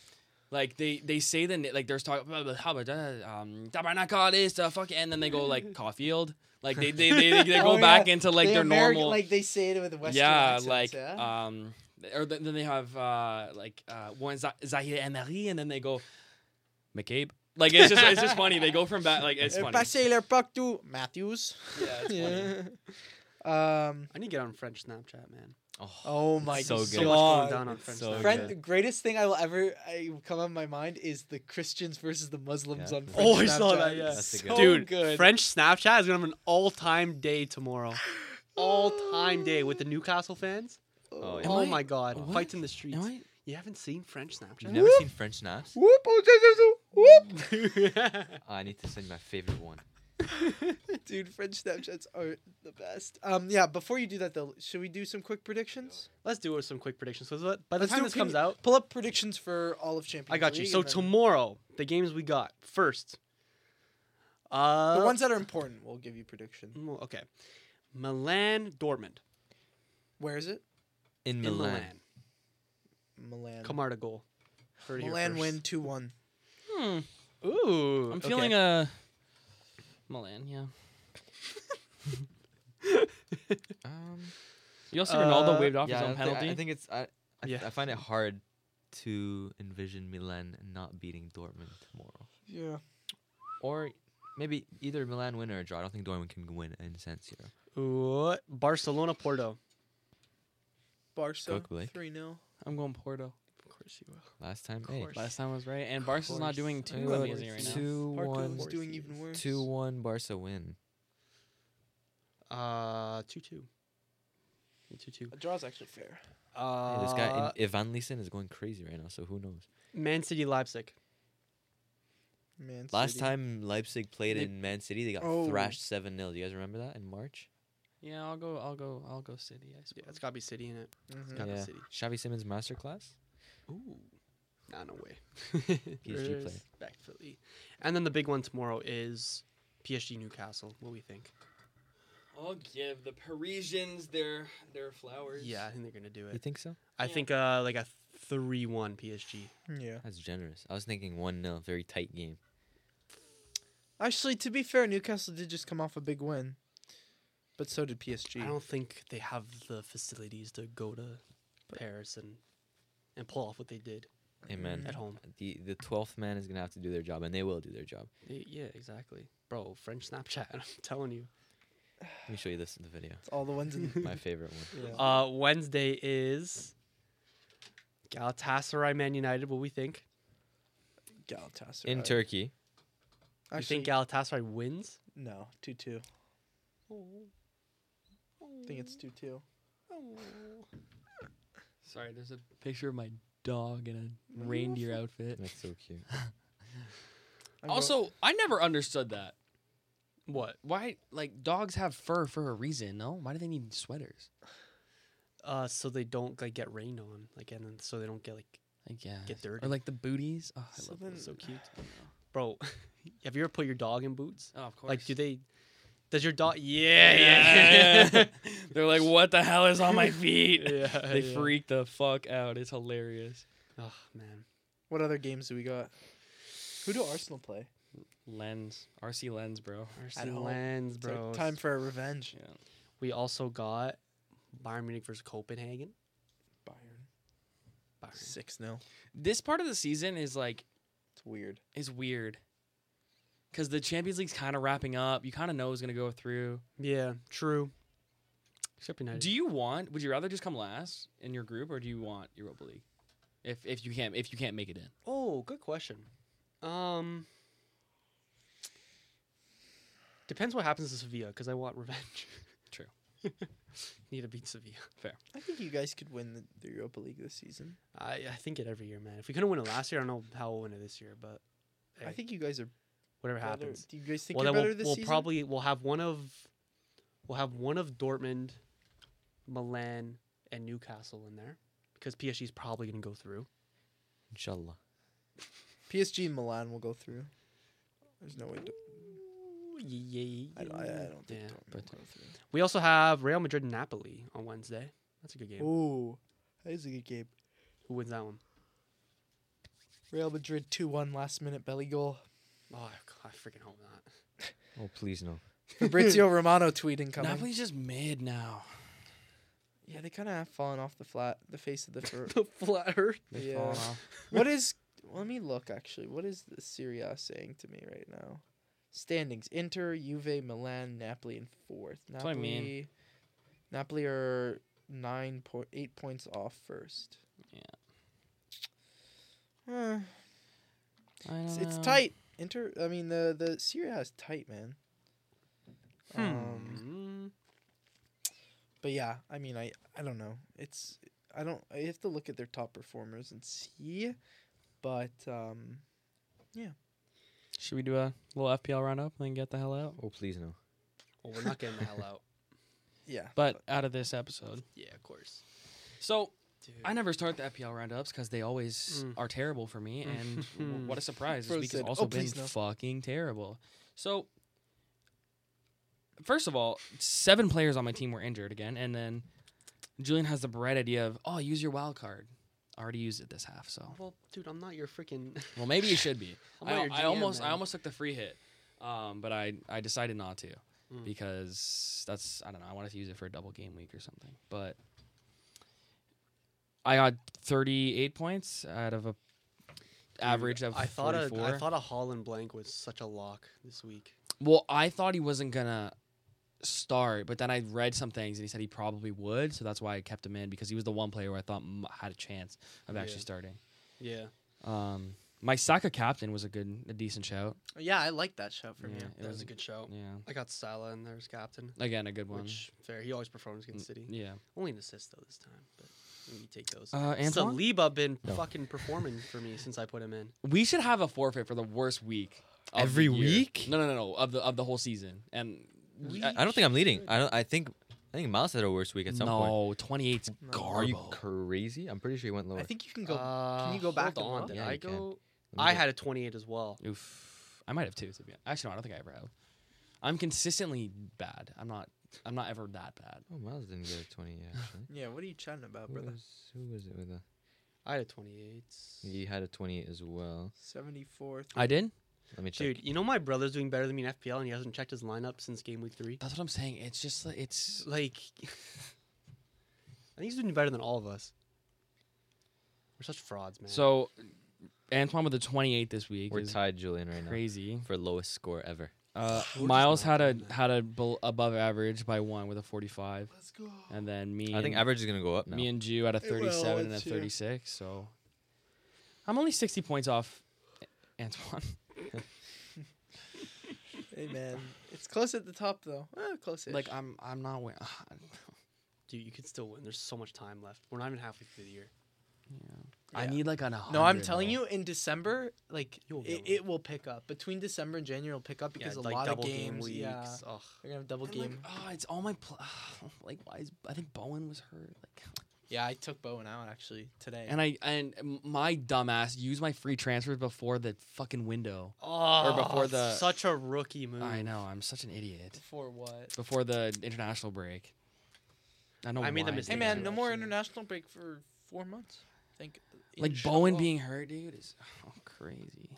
like they they say the na- like there's talking um tabernacle fuck and then they go like Caulfield like they they they, they, they go
Oh,
back
yeah.
into like
They
their
Ameri-
normal
Like they say it with a Western
yeah,
accent,
like
yeah?
um, or th- then they have uh, like uh, one Za- Zahir Emery, and then they go McCabe. Like it's just it's just funny. They go from back like it's
Uh,
funny.
Passer leur puck to Matthews.
Yeah, it's funny.
Yeah. Um.
I need to get on French Snapchat, man.
Oh my
so
god.
good.
So much going down on French
so
Snapchat.
good.
Friend, the greatest thing I will ever I, come on my mind is the Christians versus the Muslims
Yeah.
on French
Oh, I saw
Snapchat.
that, yeah.
That's a
so
good one.
Dude,
good.
French Snapchat is gonna have an all-time day tomorrow. all-time day with the Newcastle fans.
Oh, yeah.
Oh
I-
my God,
what?
fights in the streets.
Am I-
You haven't seen French Snapchat?
You've never
Whoop.
seen French snaps?
Whoop, oh, zo- zo- zo,
I need to send you my favorite one.
whoop. Dude, French Snapchats are the best. Um, yeah. Before you do that though, should we do some quick predictions?
Let's do some quick predictions. So let- by the
Let's
time
do
this comes
opinion-
out,
Pull up predictions for all of Champions.
I got you.
League
So
and then
tomorrow, the games we got first. Uh,
the ones that are important, we'll give you prediction.
mm, okay, Milan Dortmund
Where is it?
In
in Milan.
Milan.
Milan.
Camarda goal. Heard it here
Milan
first.
win two one.
Hmm,
Ooh,
I'm feeling a Milan. Yeah.
Um,
You also Ronaldo
Uh,
waved off
yeah, I
his
don't
own
think- I-
penalty.
I think it's. I, I,
Yeah.
I find it hard to envision Milan not beating Dortmund tomorrow.
Yeah.
Or maybe either Milan win or a draw. I don't think Dortmund can win in San Siro.
Ooh, Barcelona Porto.
Barca
Cook Blake.
three 0
I'm going Porto.
Of course you will.
Last time,
Of
hey,
course.
Last time was right, and Barca's not doing
course.
too
Yeah,
amazing
it's
right now.
Two one,
Barca's doing even worse.
two one. Barca win.
Uh, two two. Two two.
A draw's actually fair.
Uh,
Hey, this guy in, Ivan Leeson is going crazy right now. So who knows?
Man City Leipzig.
Man.
Last
City.
time Leipzig played
They-
in Man City, they got
Oh.
thrashed seven 0 Do you guys remember that in March?
Yeah, I'll go. I'll go. I'll go City. I
Yeah,
suppose.
it's gotta be City in it.
Mhm.
Gotta be
Yeah.
City.
Xavi Simmons masterclass.
Ooh. Nah, no way.
PSG play.
Respectfully. And then the big one tomorrow is PSG Newcastle. What we think?
I'll give the Parisians their their flowers.
Yeah, I think they're gonna do
You
it.
think so?
I think uh like a three-one PSG.
Yeah.
That's generous. I was thinking one 0 very tight game.
Actually, to be fair, Newcastle did just come off a big win, but so did
I
PSG.
don't think they have the facilities to go to Paris and and pull off what they did
Amen.
at home.
The the twelfth man is gonna have to do their job, and they will do their job.
Y- Yeah, exactly, bro. French Snapchat. I'm telling you.
Let me show you this in the video.
It's all the ones in.
My favorite one.
Yeah.
Uh, Wednesday is Galatasaray Man United. What we think?
Galatasaray.
In Turkey,
You
Actually,
think Galatasaray wins?
no, two two. I think it's two two.
Sorry, there's a picture of my dog in a reindeer outfit.
that's so cute.
Also, I never understood that.
What?
Why, like, dogs have fur for a reason, no? Why do they need sweaters?
Uh, so they don't like get rained on, like, and then, so they don't get like,
Like, yeah.
Get dirty.
Or, like, the booties. Oh, I
So
love
then-
those.
so cute. Bro, have you ever put your dog in boots?
Oh, of course.
Like, do they? Does your dog? Yeah, yeah,
Yeah, They're like, what the hell is on my feet?
Yeah,
they
yeah.
freak the fuck out. It's hilarious.
oh man,
what other games do we got? Who do Arsenal play?
Lens. RC lens, bro.
Arsenal
home.
lands,
It's our
bro.
time for a revenge.
We also got Bayern Munich versus Copenhagen.
Bayern
Bayern.
six 0
This part of the season is, like,
It's weird.
is weird. Because the Champions League's kind of wrapping up. You kind of know who's going to go through.
Yeah, true. Except United.
Do you want? Would you rather just come last in your group, or do you want Europa League? If if you can't if you can't make it in,
Oh, good question. Um, depends what happens to Sevilla because I want revenge.
True.
Need to beat Sevilla.
I think you guys could win the, the Europa League this season.
I, I think it every year, man. If we couldn't win it last year, I don't know how we'll win it this year, but
I
Hey.
think you guys are
whatever
better.
happens.
Do you guys think
Well,
you're
then
better
we'll,
this
we'll
season?
probably we'll have one of we'll have one of Dortmund, Milan, and Newcastle in there because PSG is probably going to go through.
Inshallah.
PSG and Milan will go through. There's no way. Do-
Yay.
I, don't- I, I don't think
Yeah,
Dortmund will go
We also have Real Madrid and Napoli on Wednesday. That's a good game.
through. Ooh, that is a good game.
Who wins that one?
Real Madrid two one last minute belly goal.
Oh, I- I freaking hope not.
Oh please no.
Fabrizio Romano tweeting coming.
Napoli's just mid now.
Yeah, they kind of have fallen off the flat, the face of the fur.
the flat earth.
yeah. what is? Let me look. Actually, what is the Serie A saying to me right now? Standings: Inter, Juve, Milan, Napoli in fourth.
what I
Napoli,
mean.
Napoli are nine point eight points off first.
Yeah.
Eh, it's, it's
Uh,
tight. Inter. I mean the the Serie A is tight, man.
Hmm.
Um,
Um,
But yeah, I mean, I I don't know. It's I don't. I have to look at their top performers and see. But um,
Should we do a little FPL roundup and then get the hell out?
Oh please no.
well, we're not getting the hell out.
yeah.
But out of this episode.
Yeah, of course.
So
Dude.
I never start the FPL roundups because they always
Mm.
are terrible for me, and w- what a surprise! This
Bro
week has
said,
also
Hmm. "Oh,
been
please, no."
fucking terrible. So, first of all, seven players on my team were injured again, and then Julian has the bright idea of, "Oh, use your wild card." I already used it this half, so
Well, dude, I'm not your freaking.
well, maybe it should be.
I'm not
I,
your
I
GM,
almost I
man.
almost took the free hit, um, but I I decided not to
Mm.
because that's I don't know I wanted to use it for a double game week or something. But I got 38 points out of a average of
Mm, I thought a,
44.
I thought a Holland blank was such a lock this week.
well, I thought he wasn't gonna start, but then I read some things and he said he probably would, so that's why I kept him in because he was the one player where I thought m- had a chance of actually
Yeah.
starting.
Yeah.
Um, my Saka captain was a good, a decent shout.
Yeah, I like that show from
Yeah.
you.
It
that
was
was
a-
a good show.
Yeah,
I got Salah in there as captain,
again, a good one.
which fair. He always performs against City.
Yeah.
Only an assist though this time, but you take those.
Uh, Antoine,
Saliba been
No.
fucking performing for me since I put him in.
we should have a forfeit for the worst week. of the
Every
year.
week?
No, no, no, no. Of the of the whole season. And uh,
I, I don't think I'm leading. I don't. I think. I think Miles had a worse week at some point.
no, twenty eight's
Are you
garbo.
crazy? I'm pretty sure he went lower.
I think you can go.
Uh,
you go
hold
back and
on?
look?
Did
Yeah,
I
you can.
go?
Let me
I
go-
had a 28 as well.
Oof, I might have two. To be honest. actually, no, I don't think I ever have. I'm consistently bad. I'm not. I'm not ever that bad.
Oh, Miles didn't get a 20 yet, actually.
Yeah, what are you chatting about,
who,
brother?
was, who was it with a?
I had a 28.
He had a 28 as well.
Seventy fourth.
I did.
Let me check.
Dude, you know my brother's doing better than me in FPL, and he hasn't checked his lineup since game week three.
That's what I'm saying. It's just like it's.
Like, I think he's doing better than all of us. We're such frauds, man.
So, Antoine with a 28 this week
We're
is
tied, Julian, right
crazy.
now for lowest score ever.
Uh,
We're just
Miles
not
had a
doing that.
had a bel- above average by one with a 45,
Let's go.
and then me.
I think
and-
average is gonna go up now.
Me and Jew at a
It will,
37 and a
it's, yeah.
36. So I'm only 60 points off A- Antoine.
Hey man, it's close at the top though. Eh, close.
like I'm I'm not win-
dude, you could still win. There's so much time left. We're not even halfway through the year.
I
Yeah.
need like an
no, I'm
100,
telling
though.
you, in December, like
You'll be
it,
able to-
it will pick up. Between December and January, it'll pick up because
yeah,
a
like
lot of
double game
games.
weeks.
yeah,
Ugh.
they're gonna have double
I'm
game.
like, oh, it's all my pl- like why is I think Bowen was hurt like
yeah, I took Bowen out actually today.
and I and my dumbass used my free transfers before the fucking window.
Oh,
before the-
such a rookie move.
I know I'm such an idiot.
for what?
Before the international break, I know
I made
why.
the
Hey
mistake.
man,
too,
no more
actually.
international break for four months. Thank.
Like
Inshallah.
Bowen being hurt, dude, is oh, crazy.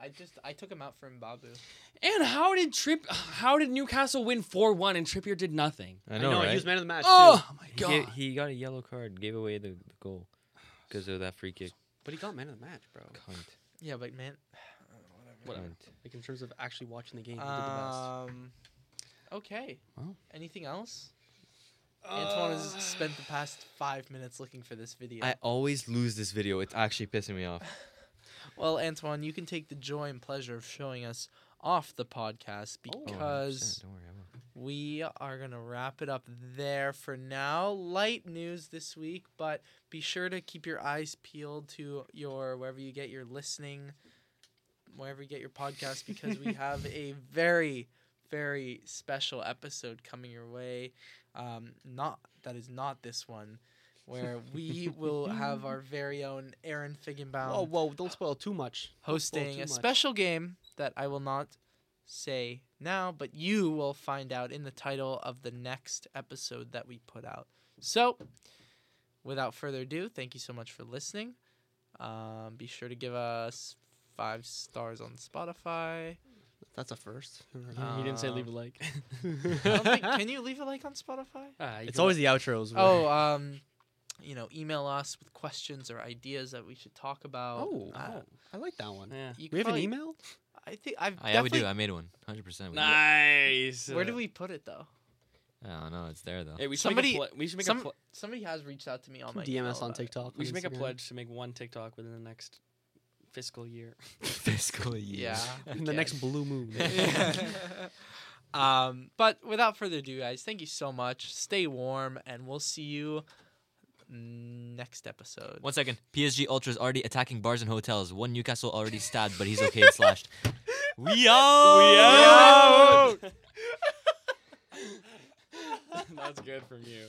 I just I took him out for Mbabu.
And how did Trip? How did Newcastle win four one and Trippier did nothing?
I know,
He
right?
was man of the match.
Oh
too.
my
He,
god!
gave- he got a yellow card, gave away the, the goal because of that free kick.
but he got man of the match, bro.
Cunt.
Yeah, but man,
Whatever.
cunt.
Like in terms of actually watching the game, he did the
Um, okay.
Well.
Anything else? Antoine has spent the past five minutes looking for this video.
I always lose this video. It's actually pissing me off.
well, Antoine, you can take the joy and pleasure of showing us off the podcast
Oh, 100%,
because
don't worry, I will.
we are going to wrap it up there for now. Light news this week, but be sure to keep your eyes peeled to your wherever you get your listening, wherever you get your podcast, because we have a very, very special episode coming your way. Um, not that is not this one. where we will have our very own Aaron Figgenbaum
Whoa, whoa!
uh,
Don't spoil too much. Don't spoil
hosting
too
a
much.
special game that I will not say now, but you will find out in the title of the next episode that we put out. So, without further ado, thank you so much for listening. Um, be sure to give us five stars on Spotify.
That's a first.
he didn't say
Um,
leave a like.
I don't think, can you leave a like on Spotify?
Ah, you
It's
can-
always the outros. where-
Oh, um, you know, email us with questions or ideas that we should talk about.
Oh,
Uh,
oh, I like that one.
yeah.
you
We have an
probably-
email.
I think I've
I, Oh, yeah, we
definitely.
do. I made one. 100%. We do.
Nice.
Where do we put it though?
I don't know. It's there, though.
Hey, we should
Somebody-
make a pl- we should make
some-
a pl-
Somebody has reached out to me on my
DM
email
us on
about it.
TikTok.
we
on
should make a
Instagram.
pledge to make one TikTok within the next fiscal year.
Fiscal year.
Yeah.
in the next blue moon.
um, but without further ado, guys, thank you so much. Stay warm, and we'll see you next episode.
One second. PSG Ultras already attacking bars and hotels. One Newcastle already stabbed, but he's okay and slashed. We out!
That's good from you.